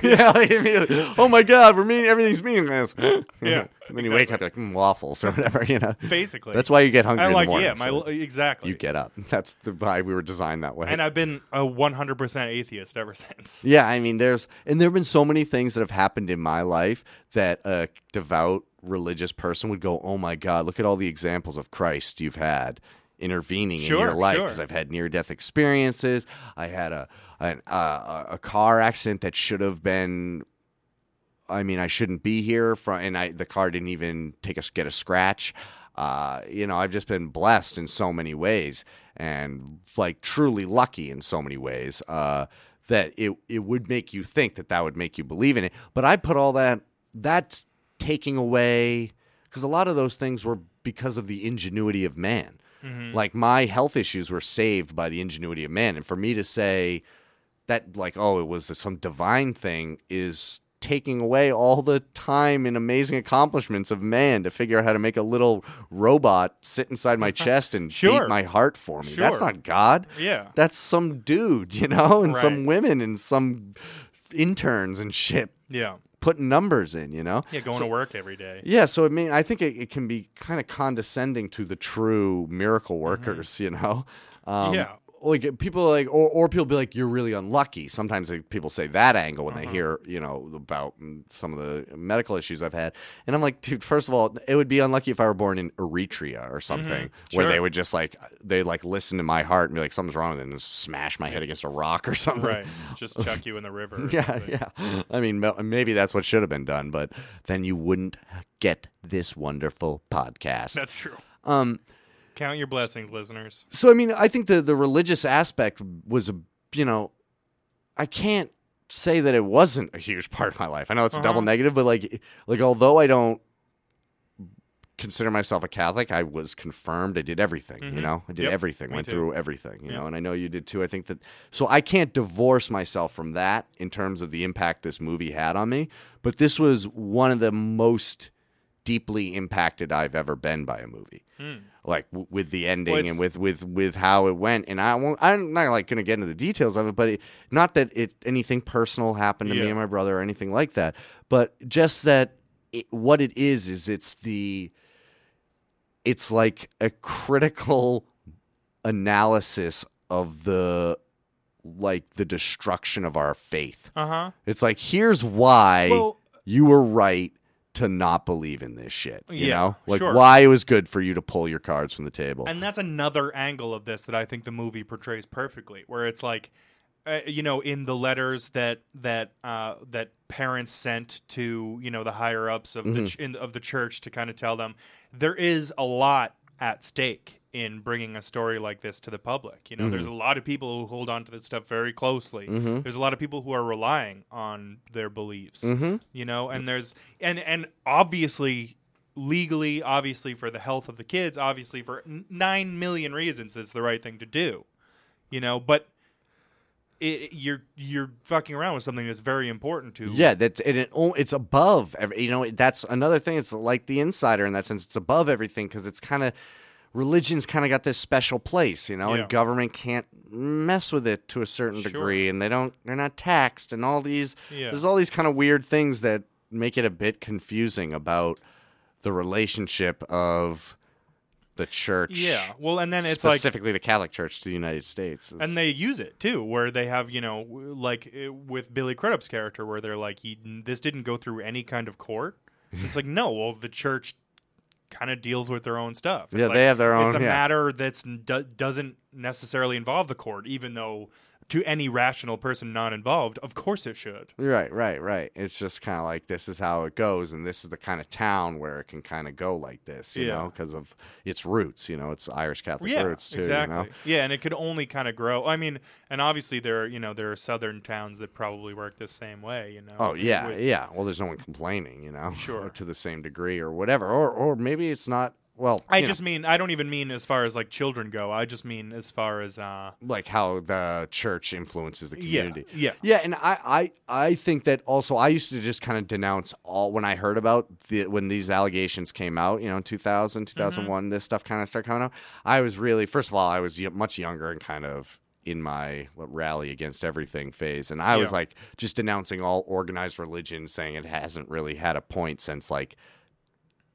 Yeah, like immediately. Oh my God, we're meeting. Everything's meaningless. yeah. [laughs] And then you wake
exactly.
up you're like mm, waffles [laughs] or whatever. You know.
Basically.
That's why you get hungry.
i
in the
like
morning,
yeah my
so-
exactly
you get up. [laughs] That's the why we were designed that way.
and i've been a 100% atheist ever [laughs] since
yeah, I mean, there's and there have been so many things that have happened in my life that a devout religious person would go, "Oh my God, look at all the examples of Christ you've had intervening in
Sure,
your life."
sure.
Because I've had near death experiences. I had a an, uh, a car accident that should have been. I mean, I shouldn't be here. From and I, the car didn't even take us get a scratch. Uh, you know, I've just been blessed in so many ways, and like truly lucky in so many ways. Uh, that it it would make you think that that would make you believe in it. But I put all that that's taking away because a lot of those things were because of the ingenuity of man. Like my health issues were saved by the ingenuity of man, and for me to say that like oh it was some divine thing is taking away all the time and amazing accomplishments of man to figure out how to make a little robot sit inside
[laughs]
my chest and
Sure.
beat my heart for me. That's
Sure.
not God
Yeah.
that's some dude, you know, and some
Right.
women and some interns and shit
Yeah.
putting numbers in, you know.
Yeah, going to work
[laughs]
every day.
Yeah, so I mean, I think it, it can be kind of condescending to the true miracle workers, you know. Um,
Mm-hmm. Yeah.
like people like, or or people be like, "You're really unlucky." Sometimes like, people say that angle when
Uh-huh.
they hear, you know, about mm, some of the medical issues I've had, and I'm like, dude, first of all, it would be unlucky if I were born in Eritrea or something, where
Mm-hmm. Sure.
they would just like they like listen to my heart and be like, "Something's wrong," with it, and just smash my head against a rock or something.
Right. Just chuck you in the river. [laughs] or
[laughs] Yeah,
something.
yeah. I mean, mel- maybe that's what should have been done, but then you wouldn't get this wonderful podcast.
That's true.
Um,
Count your blessings, listeners.
so I mean, I think the the religious aspect was a you know, I can't say that it wasn't a huge [laughs] part of my life. I know it's a
Uh-huh.
double negative, but like like although I don't consider myself a Catholic, I was confirmed. I did everything, you know. I did
Mm-hmm. Yep,
everything,
me
went
too.
through everything, you
Yeah.
know. And I know you did too. I think that so I can't divorce myself from that in terms of the impact this movie had on me, but this was one of the most deeply impacted I've ever been by a movie. Like w- with the ending
Well,
and
it's-
with with with how it went, and I won't. I'm not like going to get into the details of it, but it, not that it anything personal happened to me
Yeah.
and my brother or anything like that, but just that it, what it is is it's the it's like a critical analysis of the like the destruction of our faith.
Uh huh.
It's like here's why
Well-
you were right to not believe in this shit. You
Yeah,
know? Like
sure.
why it was good for you to pull your cards from the table.
And that's another angle of this that I think the movie portrays perfectly, where it's like, uh, you know, in the letters that that uh, that parents sent to you know the higher ups of the ch- in, of the church to kind of tell them there is a lot at stake in bringing a story like this to the public. You know, there's a lot of people who hold on to this stuff very closely. There's a lot of people who are relying on their beliefs. You know, and there's and and obviously legally, obviously for the health of the kids, obviously for n- nine million reasons, it's the right thing to do. You know, but it, you're you're fucking around with something that's very important to
yeah, that's and it, o- it's above. ev- You know, that's another thing. It's like the insider in that sense. It's above everything because it's kind of religion's kind of got this special place, you know,
Yeah.
and government can't mess with it to a certain
Sure.
degree, and they don't. They're not taxed, and all these.
Yeah.
There's all these kind of weird things that make it a bit confusing about the relationship of the church.
Yeah. Well, and then it's like
specifically the Catholic Church to the United States.
and they use it too where they have you know w- like uh, with billy crudup's character where they're like he, this didn't go through any kind of court it's like no well the church kind of deals with their own stuff It's
Yeah,
like-
they have their
it's
own-
a
yeah.
matter that's do, doesn't necessarily involve the court even though to any rational person not involved of course it should
Right, right, right. It's just kind of like this is how it goes, and this is the kind of town where it can kind of go like this, you
Yeah.
know, because of its roots. You know, it's Irish Catholic
yeah
roots too.
exactly
You know?
yeah and it could only kind of grow i mean and obviously there are you know there are southern towns that probably work the same way you know
Oh yeah,
with-
yeah. Well, there's no one complaining, you know,
Sure.
[laughs] to the same degree or whatever, or or maybe it's not. Well,
I
you know,
just mean I don't even mean as far as like children go. I just mean as far as uh
like how the church influences the
Yeah,
community.
yeah.
yeah. And I, I, I think that also I used to just kind of denounce all when I heard about the when these allegations came out. You know, in 2000,
Mm-hmm.
2001, this stuff kind of started coming out. I was really, first of all, I was y- much younger and kind of in my what, rally against everything phase, and I was
Yeah.
like just denouncing all organized religion, saying it hasn't really had a point since like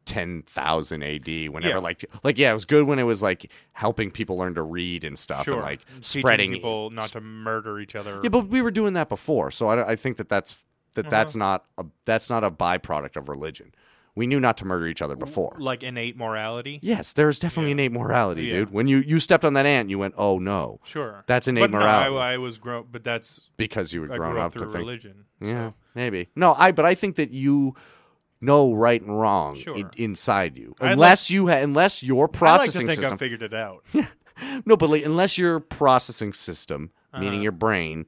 ten thousand AD. Whenever
Yeah.
like like yeah, it was good when it was like helping people learn to read and stuff,
sure
and like
Teaching
spreading
people not to murder each other.
Yeah, but we were doing
Uh-huh.
that before, so I, I think that that's that that's not a that's not a byproduct of religion. We knew not to murder each other before.
like innate morality.
Yes, there is definitely innate morality,
Yeah.
dude. When you you stepped on that ant, you went, "Oh no,"
Sure,
That's innate
but
morality.
No, I, I was grown, but that's
because you were
I
grown
grew up,
up to
through
think.
religion.
Yeah,
so.
maybe. No, I. But I think that you know right and wrong
Sure.
in, inside you,
I like-
unless you ha- unless your
I
processing
like to think I
system.
figured
[laughs]
it out.
no, but like, unless your processing system, meaning
Uh-huh.
your brain,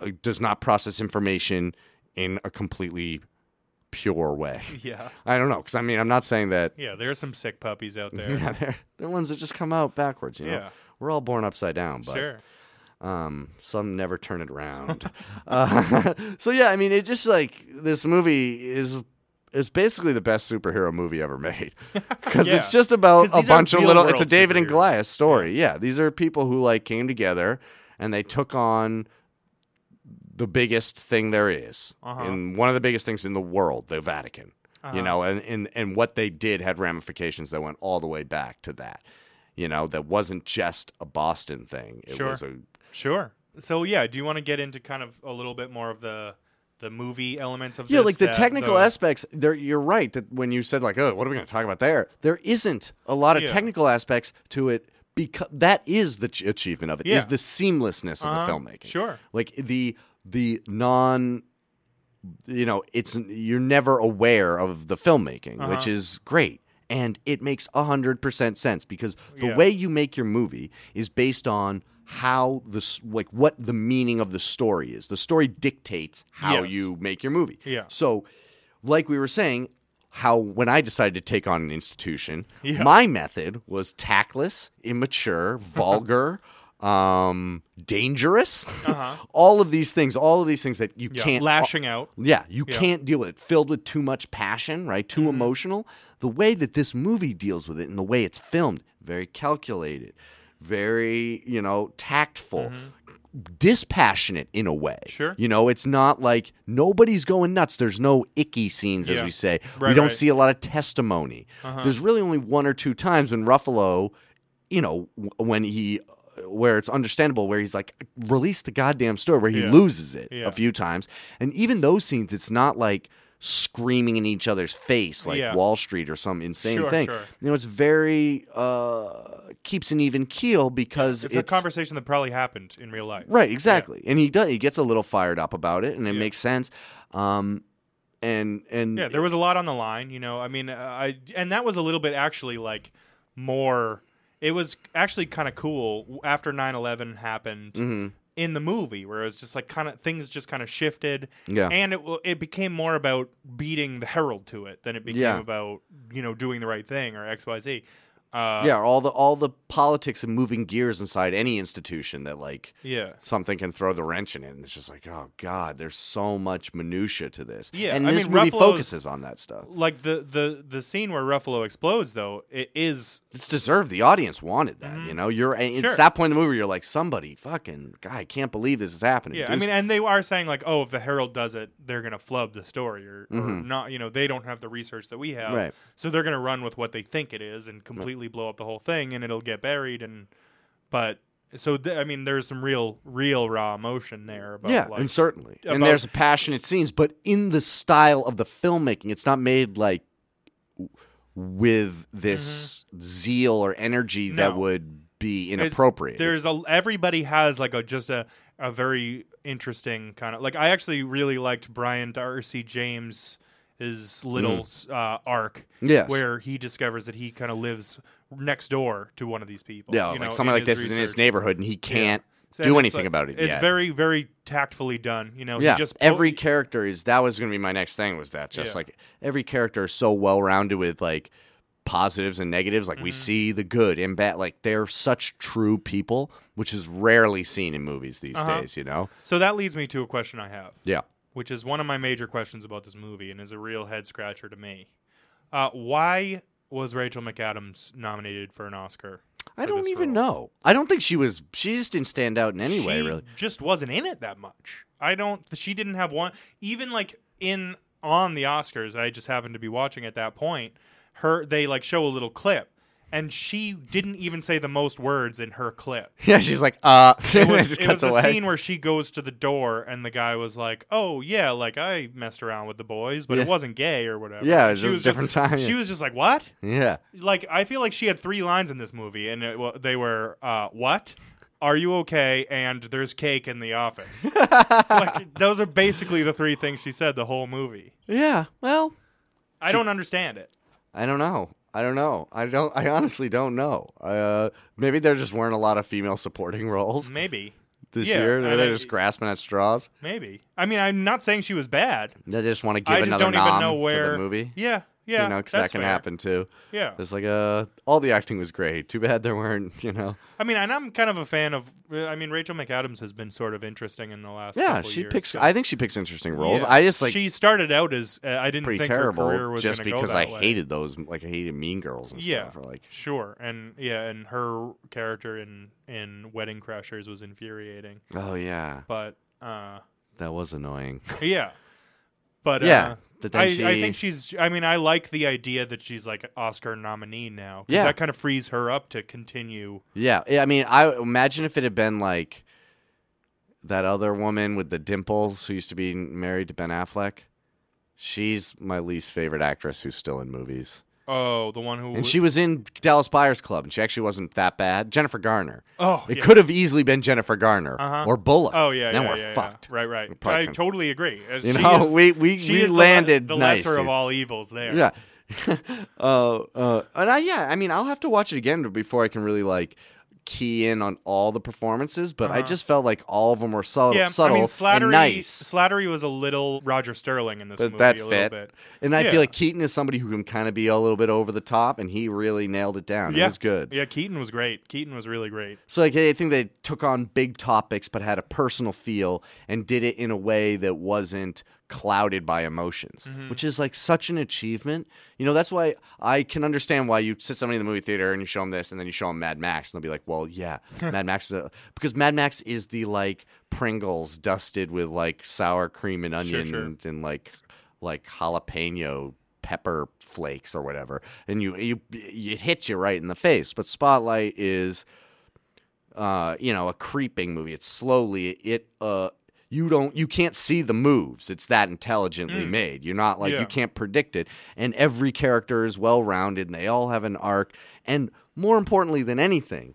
uh, does not process information in a completely pure
[laughs]
way.
yeah,
I don't know, because I mean, I'm not saying that.
yeah. There are some sick
[laughs]
puppies out there.
Yeah, they're, they're ones that just come out backwards. You know,
Yeah.
we're all born upside down, but
Sure.
um, some never turn it around. [laughs] uh, [laughs] so yeah, I mean, it just like this movie is is basically the best superhero movie ever made [laughs] because
Yeah.
it's just about
'Cause
a
these
bunch
aren't
of
real
little. It's a
world
David and
superheroes.
Goliath story. Yeah. these are people who like came together and they took on the biggest thing there is,
Uh-huh.
and one of the biggest things in the world, the Vatican. You know, and, and and what they did had ramifications that went all the way back to that. You know, that wasn't just a Boston thing. It
Sure.
was a
Sure. So yeah, do you want to get into kind of a little bit more of the the movie elements of
Yeah,
this,
like the
that-
technical
the-
aspects. There, you're right that when you said like, "Oh, what are we going to talk about there?" There isn't a lot of
Yeah.
technical aspects to it because that is the ch- achievement of it. Is
Yeah.
the seamlessness of
Uh-huh,
the filmmaking.
sure.
like the the non. You know, it's you're never aware of the filmmaking, which
Uh-huh.
is great, and it makes hundred percent sense because the
Yeah.
way you make your movie is based on how the s- like what the meaning of the story is. The story dictates how
Yes.
you make your movie.
Yeah.
So, like we were saying, how when I decided to take on an institution,
Yeah.
my method was tactless,
[laughs]
immature, vulgar, um, dangerous. [laughs] all of these things, all of these things that you
Uh-huh. yeah,
can't
lashing out.
yeah, you
Yeah. Mm-hmm.
can't deal with it. Filled with too much passion, right? Too emotional. The way that this movie deals with it and the way it's filmed, very calculated, very, you know, tactful, dispassionate in a way.
Mm-hmm. Sure.
You know, it's not like nobody's going nuts. There's no icky scenes, as
Yeah.
we say. we
Right,
don't
right. Uh-huh.
see a lot of testimony. There's really only one or two times when Ruffalo, you know, w- when he. uh, Where it's understandable, where he's like, release the goddamn story, where he
Yeah.
loses it
Yeah.
a few times. And even those scenes, it's not like screaming in each other's face like
Yeah.
Wall Street or some insane
Sure,
thing.
sure.
You know, it's very uh, keeps an even keel because
It's, a conversation that probably happened in real life.
Right, exactly. And he does he gets a little fired up about it and it makes sense. Um and and
Yeah, there was a lot on the line, you know. I mean, uh, I and that was a little bit actually like more it was actually kind of cool after 9/11 happened.
Mm-hmm.
In the movie, where it was just like kind of things just kind of shifted,
Yeah.
and it w- it became more about beating the herald to it than it became
Yeah.
about you know doing the right thing or X Y Z. Uh,
yeah, all the all the politics and moving gears inside any institution that like
yeah,
something can throw the wrench in it. And it's just like, oh God, there's so much minutia to this.
Yeah,
And
I
this
mean,
movie
Ruffalo's-
focuses on that stuff.
like the the the scene where Ruffalo explodes though it is
it's deserved. The audience wanted that. You know, you're and it's
Mm-hmm. Sure.
that point in the movie. Where you're like, somebody, fucking guy, I can't believe this is happening.
yeah
Do
I mean
s-
and they are saying like oh if the Herald does it they're gonna flub the story or, or not you know they don't have the research that we have
Mm-hmm. Right.
so they're gonna run with what they think it is and completely blow up the whole thing and it'll get buried and but so th- I mean there's some real real raw emotion there about
yeah,
like,
and certainly, and
about-
there's passionate scenes, but in the style of the filmmaking, it's not made like w- with this zeal or energy that
Mm-hmm. No.
would be
It's-
inappropriate.
There's a everybody has like a just a a very interesting kind of like I actually really liked Brian Darcy James his little uh, arc
Mm. Yes.
where he discovers that he kind of lives next door to one of these people.
yeah,
you
like
know,
something
in
like this is in his
research.
neighborhood, and he can't
So, and
do
it's,
anything
like-
about it.
It's
yet.
very very tactfully done, you know. he
Yeah,
just po-
every character is that was going to be my next thing was that just
Yeah.
like every character is so well rounded with like positives and negatives. Like we
Mm-hmm.
see the good and bad. Like they're such true people, which is rarely seen in movies these
Uh-huh.
days. You know?
So that leads me to a question I have.
Yeah.
which is one of my major questions about this movie and is a real head scratcher to me. Uh, why was Rachel McAdams nominated for an Oscar?
I
for
don't
this
even
role?
know. I don't think she was. She just didn't stand out in any way,
she
really. [laughs]
just wasn't in it that much. I don't. She didn't have one. Even like in on the Oscars, I just happened to be watching at that point. Her they like show a little clip, and she didn't even say the most words in her clip.
Yeah, she's like, uh,
[laughs]
[laughs]
It
and
was,
just
it
cuts
was the
away.
scene where she goes to the door and the guy was like, "Oh yeah, like I messed around with the boys, but
Yeah.
it wasn't gay or whatever."
Yeah, it was
she
just a different time,
[laughs] She
yeah.
was just like, "What?"
yeah,
Like I feel like she had three lines in this movie, and it, wa- they were, uh, "What? Are you okay?" And "There's cake in
[laughs]
the office." like those are basically the three things she said the whole movie.
yeah. Well,
I don't understand it.
I don't know. I don't know. I don't. I honestly don't know. Uh, maybe there just weren't a lot of female supporting [laughs] roles
Maybe,
this
Yeah,
year.
I
They're
think-
just grasping at straws.
maybe. I mean, I'm not saying she was bad.
They just want to give
I just
another
don't even
nom
know where
to the movie.
Yeah, yeah.
you know, because
that's
that can
fair.
happen too.
Yeah.
It's like, uh, all the acting was great. Too bad there weren't, you know.
I mean, and I'm kind of a fan of. I mean, Rachel McAdams has been sort of interesting in the last.
Yeah,
couple
she
years,
picks.
so-
I think she picks interesting roles.
Yeah.
I just like
she started out as uh, I didn't
pretty
think her career
terrible
was
just
gonna go
because
that
I
way.
hated those. Like I hated Mean Girls and
Yeah,
stuff. Or like,
sure, and yeah, and her character in in Wedding Crashers was infuriating,
oh yeah,
but uh,
that was annoying.
yeah, but
Yeah,
uh,
but then
I, I
she-
think she's. I mean, I like the idea that she's like an Oscar nominee now. 'cause
Yeah.
that kind of frees her up to continue.
Yeah, I mean, I imagine if it had been like that other woman with the dimples who used to be married to Ben Affleck. She's my least favorite actress who's still in movies,
Oh, the one who
and she was in Dallas Buyers Club, and she actually wasn't that bad. Jennifer Garner.
Oh,
It
yeah.
could have easily been Jennifer Garner
Uh-huh.
or Bullock.
Oh yeah,
then
yeah,
we're
yeah, yeah.
fucked.
Right, right.
probably
I
couldn't-
totally agree. As
You
she
know,
is-
we- we-
she
we
is the le-
landed
the,
nice,
lesser of
dude.
all evils. There,
Yeah. [laughs] uh, uh, and I, yeah, I mean, I'll have to watch it again before I can really like key in on all the performances. But I just felt like all of them were subtle,
Uh-huh. yeah.
subtle
I mean, Slattery,
and nice.
Slattery was a little Roger Sterling in this
That,
movie
that
a
fit.
little bit.
And I
Yeah.
feel like Keaton is somebody who can kind of be a little bit over the top, and he really nailed it down.
yeah,
It was good.
Yeah, Keaton was great. Keaton was really great.
So like, I think they took on big topics, but had a personal feel and did it in a way that wasn't clouded by emotions,
Mm-hmm.
which is like such an achievement. You know, that's why I can understand why you sit somebody in the movie theater and you show them this, and then you show them Mad Max, and they'll be like, "Well,
[laughs]
yeah, Mad Max," is a, because Mad Max is the like Pringles dusted with like sour cream and onion
sure.
and, and like like jalapeno pepper flakes or whatever, and you you it hits you right in the face. But Spotlight is uh, you know, a creeping movie. It's slowly it uh you don't you can't see the moves. It's that intelligently made. You're not like
Yeah.
you can't predict it. And every character is well rounded and they all have an arc. And more importantly than anything,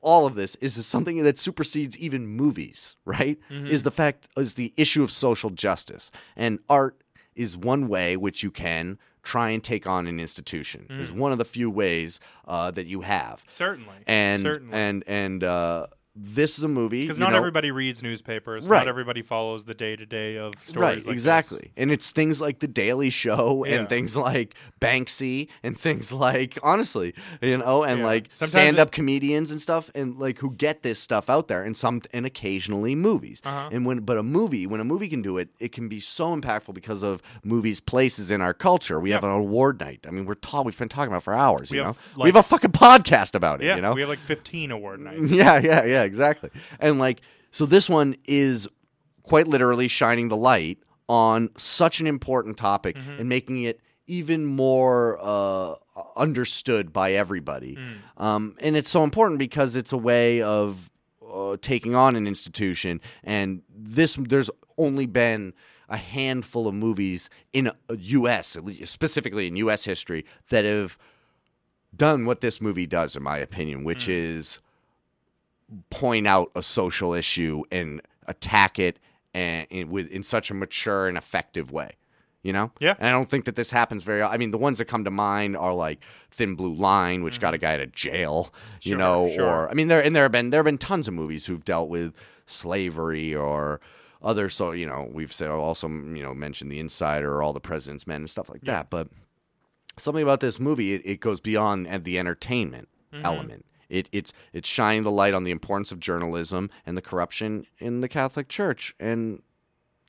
all of this is something that supersedes even movies, right? Is the fact is the issue of social justice. And art is one way which you can try and take on an institution. Is one of the few ways uh, that you have
Certainly,
and
certainly.
and and uh, this is a movie
because
you
not
know-
everybody reads newspapers. Not
Right.
everybody follows the day to day of stories.
right
like this.
exactly and it's things like the Daily Show
Yeah.
and things like Banksy and things [laughs] like honestly you know and
Yeah.
like
Sometimes
stand up
it-
comedians and stuff and like who get this stuff out there and some and occasionally movies
Uh-huh.
and when but a movie when a movie can do it it can be so impactful because of movies places in our culture we have an award night I mean we're taught we've been talking about it for hours
We
you
have,
know
like-
we have a fucking podcast about it
Yeah,
you know
we have like
[laughs]
15 award nights.
Yeah, yeah, yeah, exactly. And like, so this one is quite literally shining the light on such an important topic and making it even more uh, understood by everybody. Um, and it's so important because it's a way of uh, taking on an institution. And this, there's only been a handful of movies in uh, U.S. at least specifically in U.S. history that have done what this movie does, in my opinion, which
Mm.
is point out a social issue and attack it and, in with in such a mature and effective way. You know,
Yeah.
And I don't think that this happens very. I mean, the ones that come to mind are like Thin Blue Line, which got a guy out of jail. You
Mm. Sure,
know,
sure.
or I mean, there and there have been there have been tons of movies who've dealt with slavery or other. So you know, we've said also you know mentioned The Insider or All the President's Men and stuff like that. But something about this movie it, it goes beyond at the entertainment element it, it's it's shining the light on the importance of journalism and the corruption in the catholic church and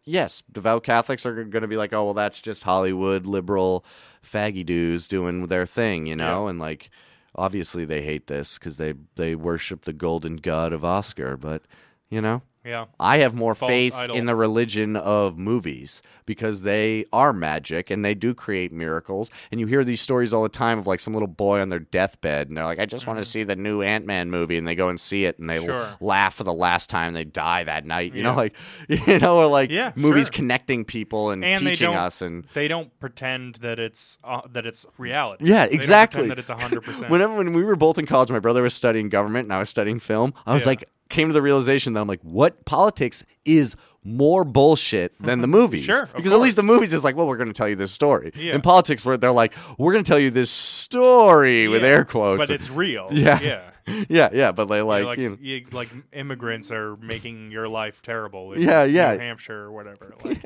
yes devout catholics are going to be like oh well that's just hollywood liberal faggy dudes doing their thing you know and like obviously they hate this because they they worship the golden god of oscar but you know
Yeah.
I have more
False
faith
idol.
in the religion of movies because they are magic and they do create miracles. And you hear these stories all the time of like some little boy on their deathbed and they're like, I just want to see the new Ant Man movie. And they go and see it and they
Mm-hmm. Sure.
laugh for the last time they die that night. You know,
Yeah.
like, [laughs] you know, or like
Yeah,
movies
sure.
connecting people and,
And they
teaching
don't-
us. And
They don't pretend that it's uh, that it's reality.
yeah,
They don't
exactly.
pretend that it's
[laughs]
hundred percent.
Whenever when we were both in college, my brother was studying government and I was studying film. I was
Yeah.
like, came to the realization that I'm like, what politics is more bullshit
[laughs]
than the movies?
Sure, of
because at least the movies is like, well, we're going to tell you this story.
Yeah.
In politics, where they're like, we're going to tell you this story with air quotes.
but it's real.
Yeah.
yeah.
[laughs] yeah, yeah, but they
They're
[laughs] like,
like
you know,
it's like immigrants are making your life terrible. in
Yeah, yeah.
New Hampshire
[laughs]
or whatever. Like,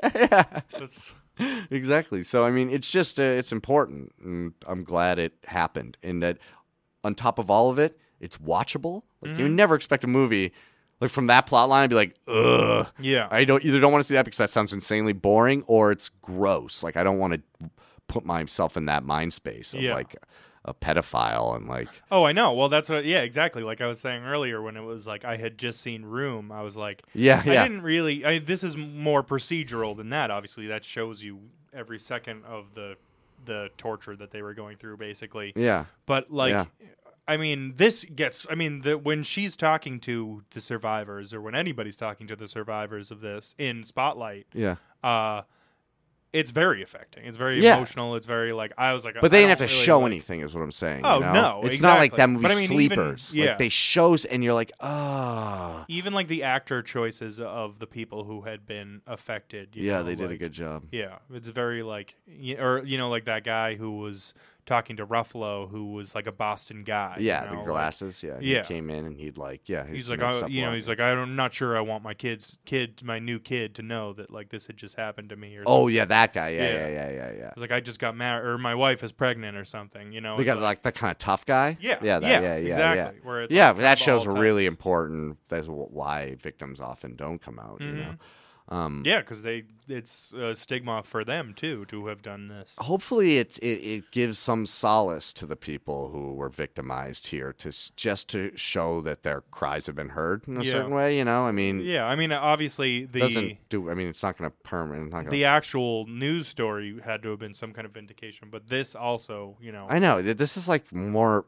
that's-
exactly. So I mean, it's just uh, it's important, and I'm glad it happened. And that on top of all of it, it's watchable. Like
Mm-hmm.
you never expect a movie like from that plot line to be like, ugh.
Yeah.
I don't either. Don't want to see that because that sounds insanely boring, or it's gross. Like I don't want to put myself in that mind space of
Yeah.
like a pedophile and like
oh, I know. Well, that's what. Yeah, exactly. Like I was saying earlier, when it was like I had just seen Room, I was like,
yeah,
I
yeah,
didn't really. I, this is more procedural than that. Obviously, that shows you every second of the the torture that they were going through, basically.
yeah,
But like,
Yeah.
I mean, this gets. I mean, the, when she's talking to the survivors, or when anybody's talking to the survivors of this in Spotlight,
yeah.
uh, it's very affecting. It's very
Yeah.
emotional. It's very like I was like,
But they
I
didn't have to
don't really
show
like-
anything, is what I'm saying. you
Oh,
know?
no,
it's not like
exactly.
that movie
But I mean, even-
Sleepers.
yeah.
like, they shows and you're like, oh,
Even like the actor choices of the people who had been affected. you
yeah,
know,
they did a
like-
good job.
Yeah, it's very like, y- or you know, like that guy who was talking to Ruffalo, who was like a Boston guy. you
Yeah,
know,
the
like,
glasses. yeah, and he
yeah.
came in and he'd like, yeah,
he's
he's
like, I, you know, he's like, I'm not sure I want my kids, kid, my new kid, to know that like this had just happened to me. Or
oh
something.
yeah, that guy. Yeah, yeah,
Yeah.
yeah, yeah, yeah.
It's like I just got married, or my wife is pregnant, or something. You know,
They
Oh, it's
got
like-
like that kind of tough guy.
Yeah,
yeah, that,
yeah,
yeah, yeah,
exactly,
Yeah,
where it's,
yeah
like,
but that
kinda
shows
all
really
types.
important. That's wh- why victims often don't come out. You know,
Mm-hmm. Yeah, because they it's a stigma for them too to have done this.
Oh, hopefully it's it, it gives some solace to the people who were victimized here to s- just to show that their cries have been heard in a
Yeah.
certain way. You know, I mean,
Yeah, I mean, obviously the
doesn't do. I mean, it's not going to permanent. Not gonna,
the actual news story had to have been some kind of vindication, but this also, you know,
I know th- this is like more.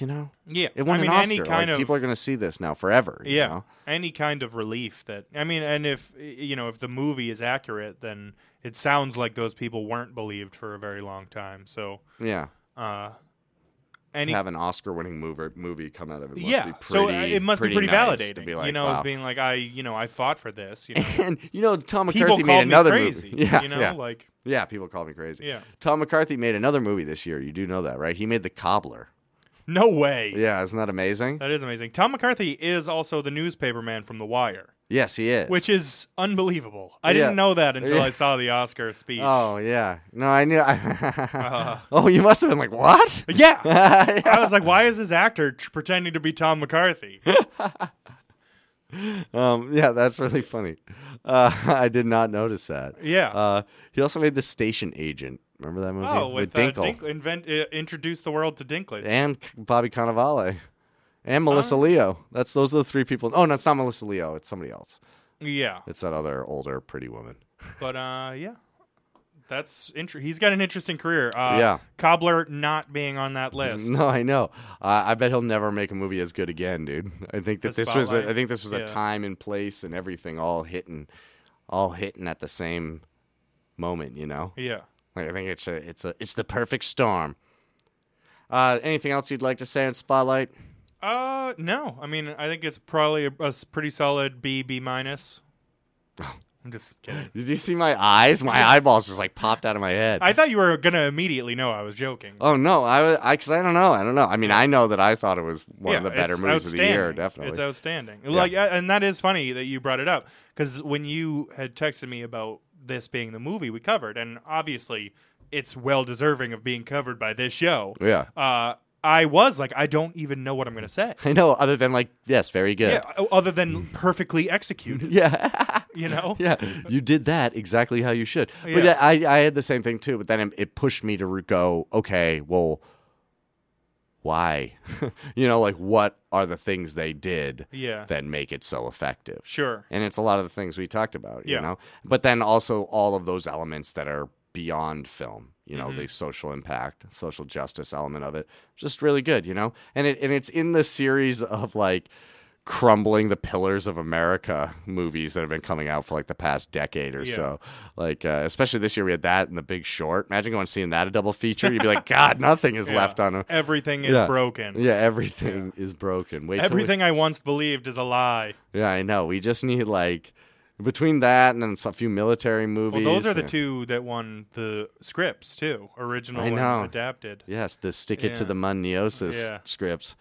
You know,
yeah,
it won
I mean,
an Oscar.
any kind
like,
of
people are going to see this now forever. you
yeah,
know?
any kind of relief that I mean, and if you know, if the movie is accurate, then it sounds like those people weren't believed for a very long time. So,
yeah.
uh,
To
any
have an Oscar-winning movie movie come out of it must
yeah,
be pretty.
so uh, it must be pretty
nice
validating,
to be like,
you know,
wow.
as being like I, you know, I fought
[laughs]
for this, you know.
and you know, Tom
people
McCarthy
called
made another
me crazy.
movie. [laughs] Yeah,
you know,
yeah.
like
Yeah, people call me crazy.
Yeah.
Tom McCarthy made another movie this year. You do know that, right? He made The Cobbler.
no way.
Yeah, isn't that amazing?
That is amazing. Tom McCarthy is also the newspaper man from The Wire,
Yes, he is.
which is unbelievable. I
Yeah.
didn't know
[laughs]
that until
Yeah.
I saw the Oscar speech.
Oh yeah. No, I knew. [laughs] oh, you must have been like,
[laughs]
what? [laughs]
yeah.
Yeah.
Uh-huh. I was like, why is this actor t- pretending to be Tom McCarthy?
um, yeah, that's really funny. Uh, [laughs] I did not notice that.
Yeah.
Uh, he also made The Station Agent. Remember that movie?
oh,
with
with uh, Dink- invent, uh, introduce the world to Dinklage.
and C- Bobby Cannavale and Melissa
Oh.
Leo. That's those are the three people. Oh no, it's not Melissa Leo. It's somebody else.
yeah,
It's that other older pretty woman. [laughs]
but uh, yeah, that's inter- he's got an interesting career. Uh,
Yeah.
Cobbler not being on that
[laughs]
list.
No, I know. Uh, I bet he'll never make a movie as good again, dude. I think that
The
this was. A,
spotlight?
I think this was a
Yeah.
time and place and everything all hitting, all hitting at the same moment. You know,
Yeah.
like, I think it's a, it's a, it's the perfect storm. Uh, anything else you'd like to say on Spotlight?
Uh, no. I mean, I think it's probably a, a s- pretty solid B, B minus.
Oh.
I'm just kidding.
Did you see my eyes?
[laughs]
My eyeballs just like popped out of my head.
I thought you were gonna immediately know I was joking.
Oh no, I was I because I don't know. I don't know. I mean, I know that I thought it was one of the better
it's
movies of the year.
outstanding.
Definitely.
it's outstanding. Like, uh, and that is funny that you brought it up because when you had texted me about this being the movie we covered, and obviously it's well deserving of being covered by this show.
yeah,
Uh, I was like, I don't even know what I'm
[laughs]
gonna say.
I know. Other than like, yes, very good.
Yeah, o- other than perfectly
[laughs]
executed,
Yeah.
you know.
[laughs] yeah. You did that exactly how you should. But
Yeah.
I, I had the same thing too, but then it, it pushed me to re- go, okay, well, why? [laughs] you know, like what are the things they did
Yeah.
that make it so effective?
Sure.
And it's a lot of the things we talked about, you
Yeah.
know. But then also all of those elements that are beyond film, you know,
Mm-hmm.
the social impact, social justice element of it. Just really good, you know? And it and it's in the series of like crumbling the pillars of America movies that have been coming out for like the past decade or
Yeah.
so. Like uh, especially this year we had that and the big short. Imagine going and seeing that a double feature. You'd be like, God, nothing is
[laughs] Yeah.
left on a
Everything is
Yeah.
broken.
Yeah, everything is broken. Wait till we-
Everything I once believed is a lie.
yeah, I know. We just need like between that and then a few military
Well,
movies.
those are the
yeah.
two that won the scripts too, original
I know.
and adapted.
Yes, the stick it to
Yeah.
the muniosis
Yeah.
scripts.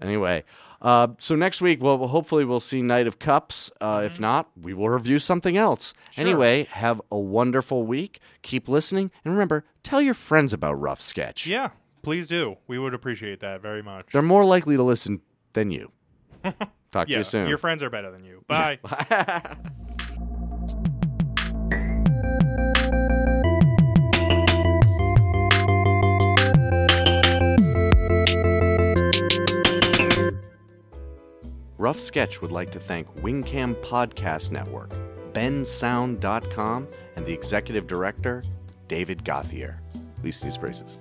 Anyway, uh, so next week, well, hopefully we'll see Knight of Cups. Uh,
Mm-hmm.
If not, we will review something else. Anyway, have a wonderful week. Keep listening, and remember, tell your friends about Rough Sketch.
Yeah, please do. We would appreciate that very much.
they're more likely to listen than
[laughs]
you. Talk to
yeah,
you soon.
your friends are better than you. Bye.
[laughs] Rough Sketch would like to thank Wingcam Podcast Network, bensound.com, and the executive director, David Gothier. Lisa needs braces.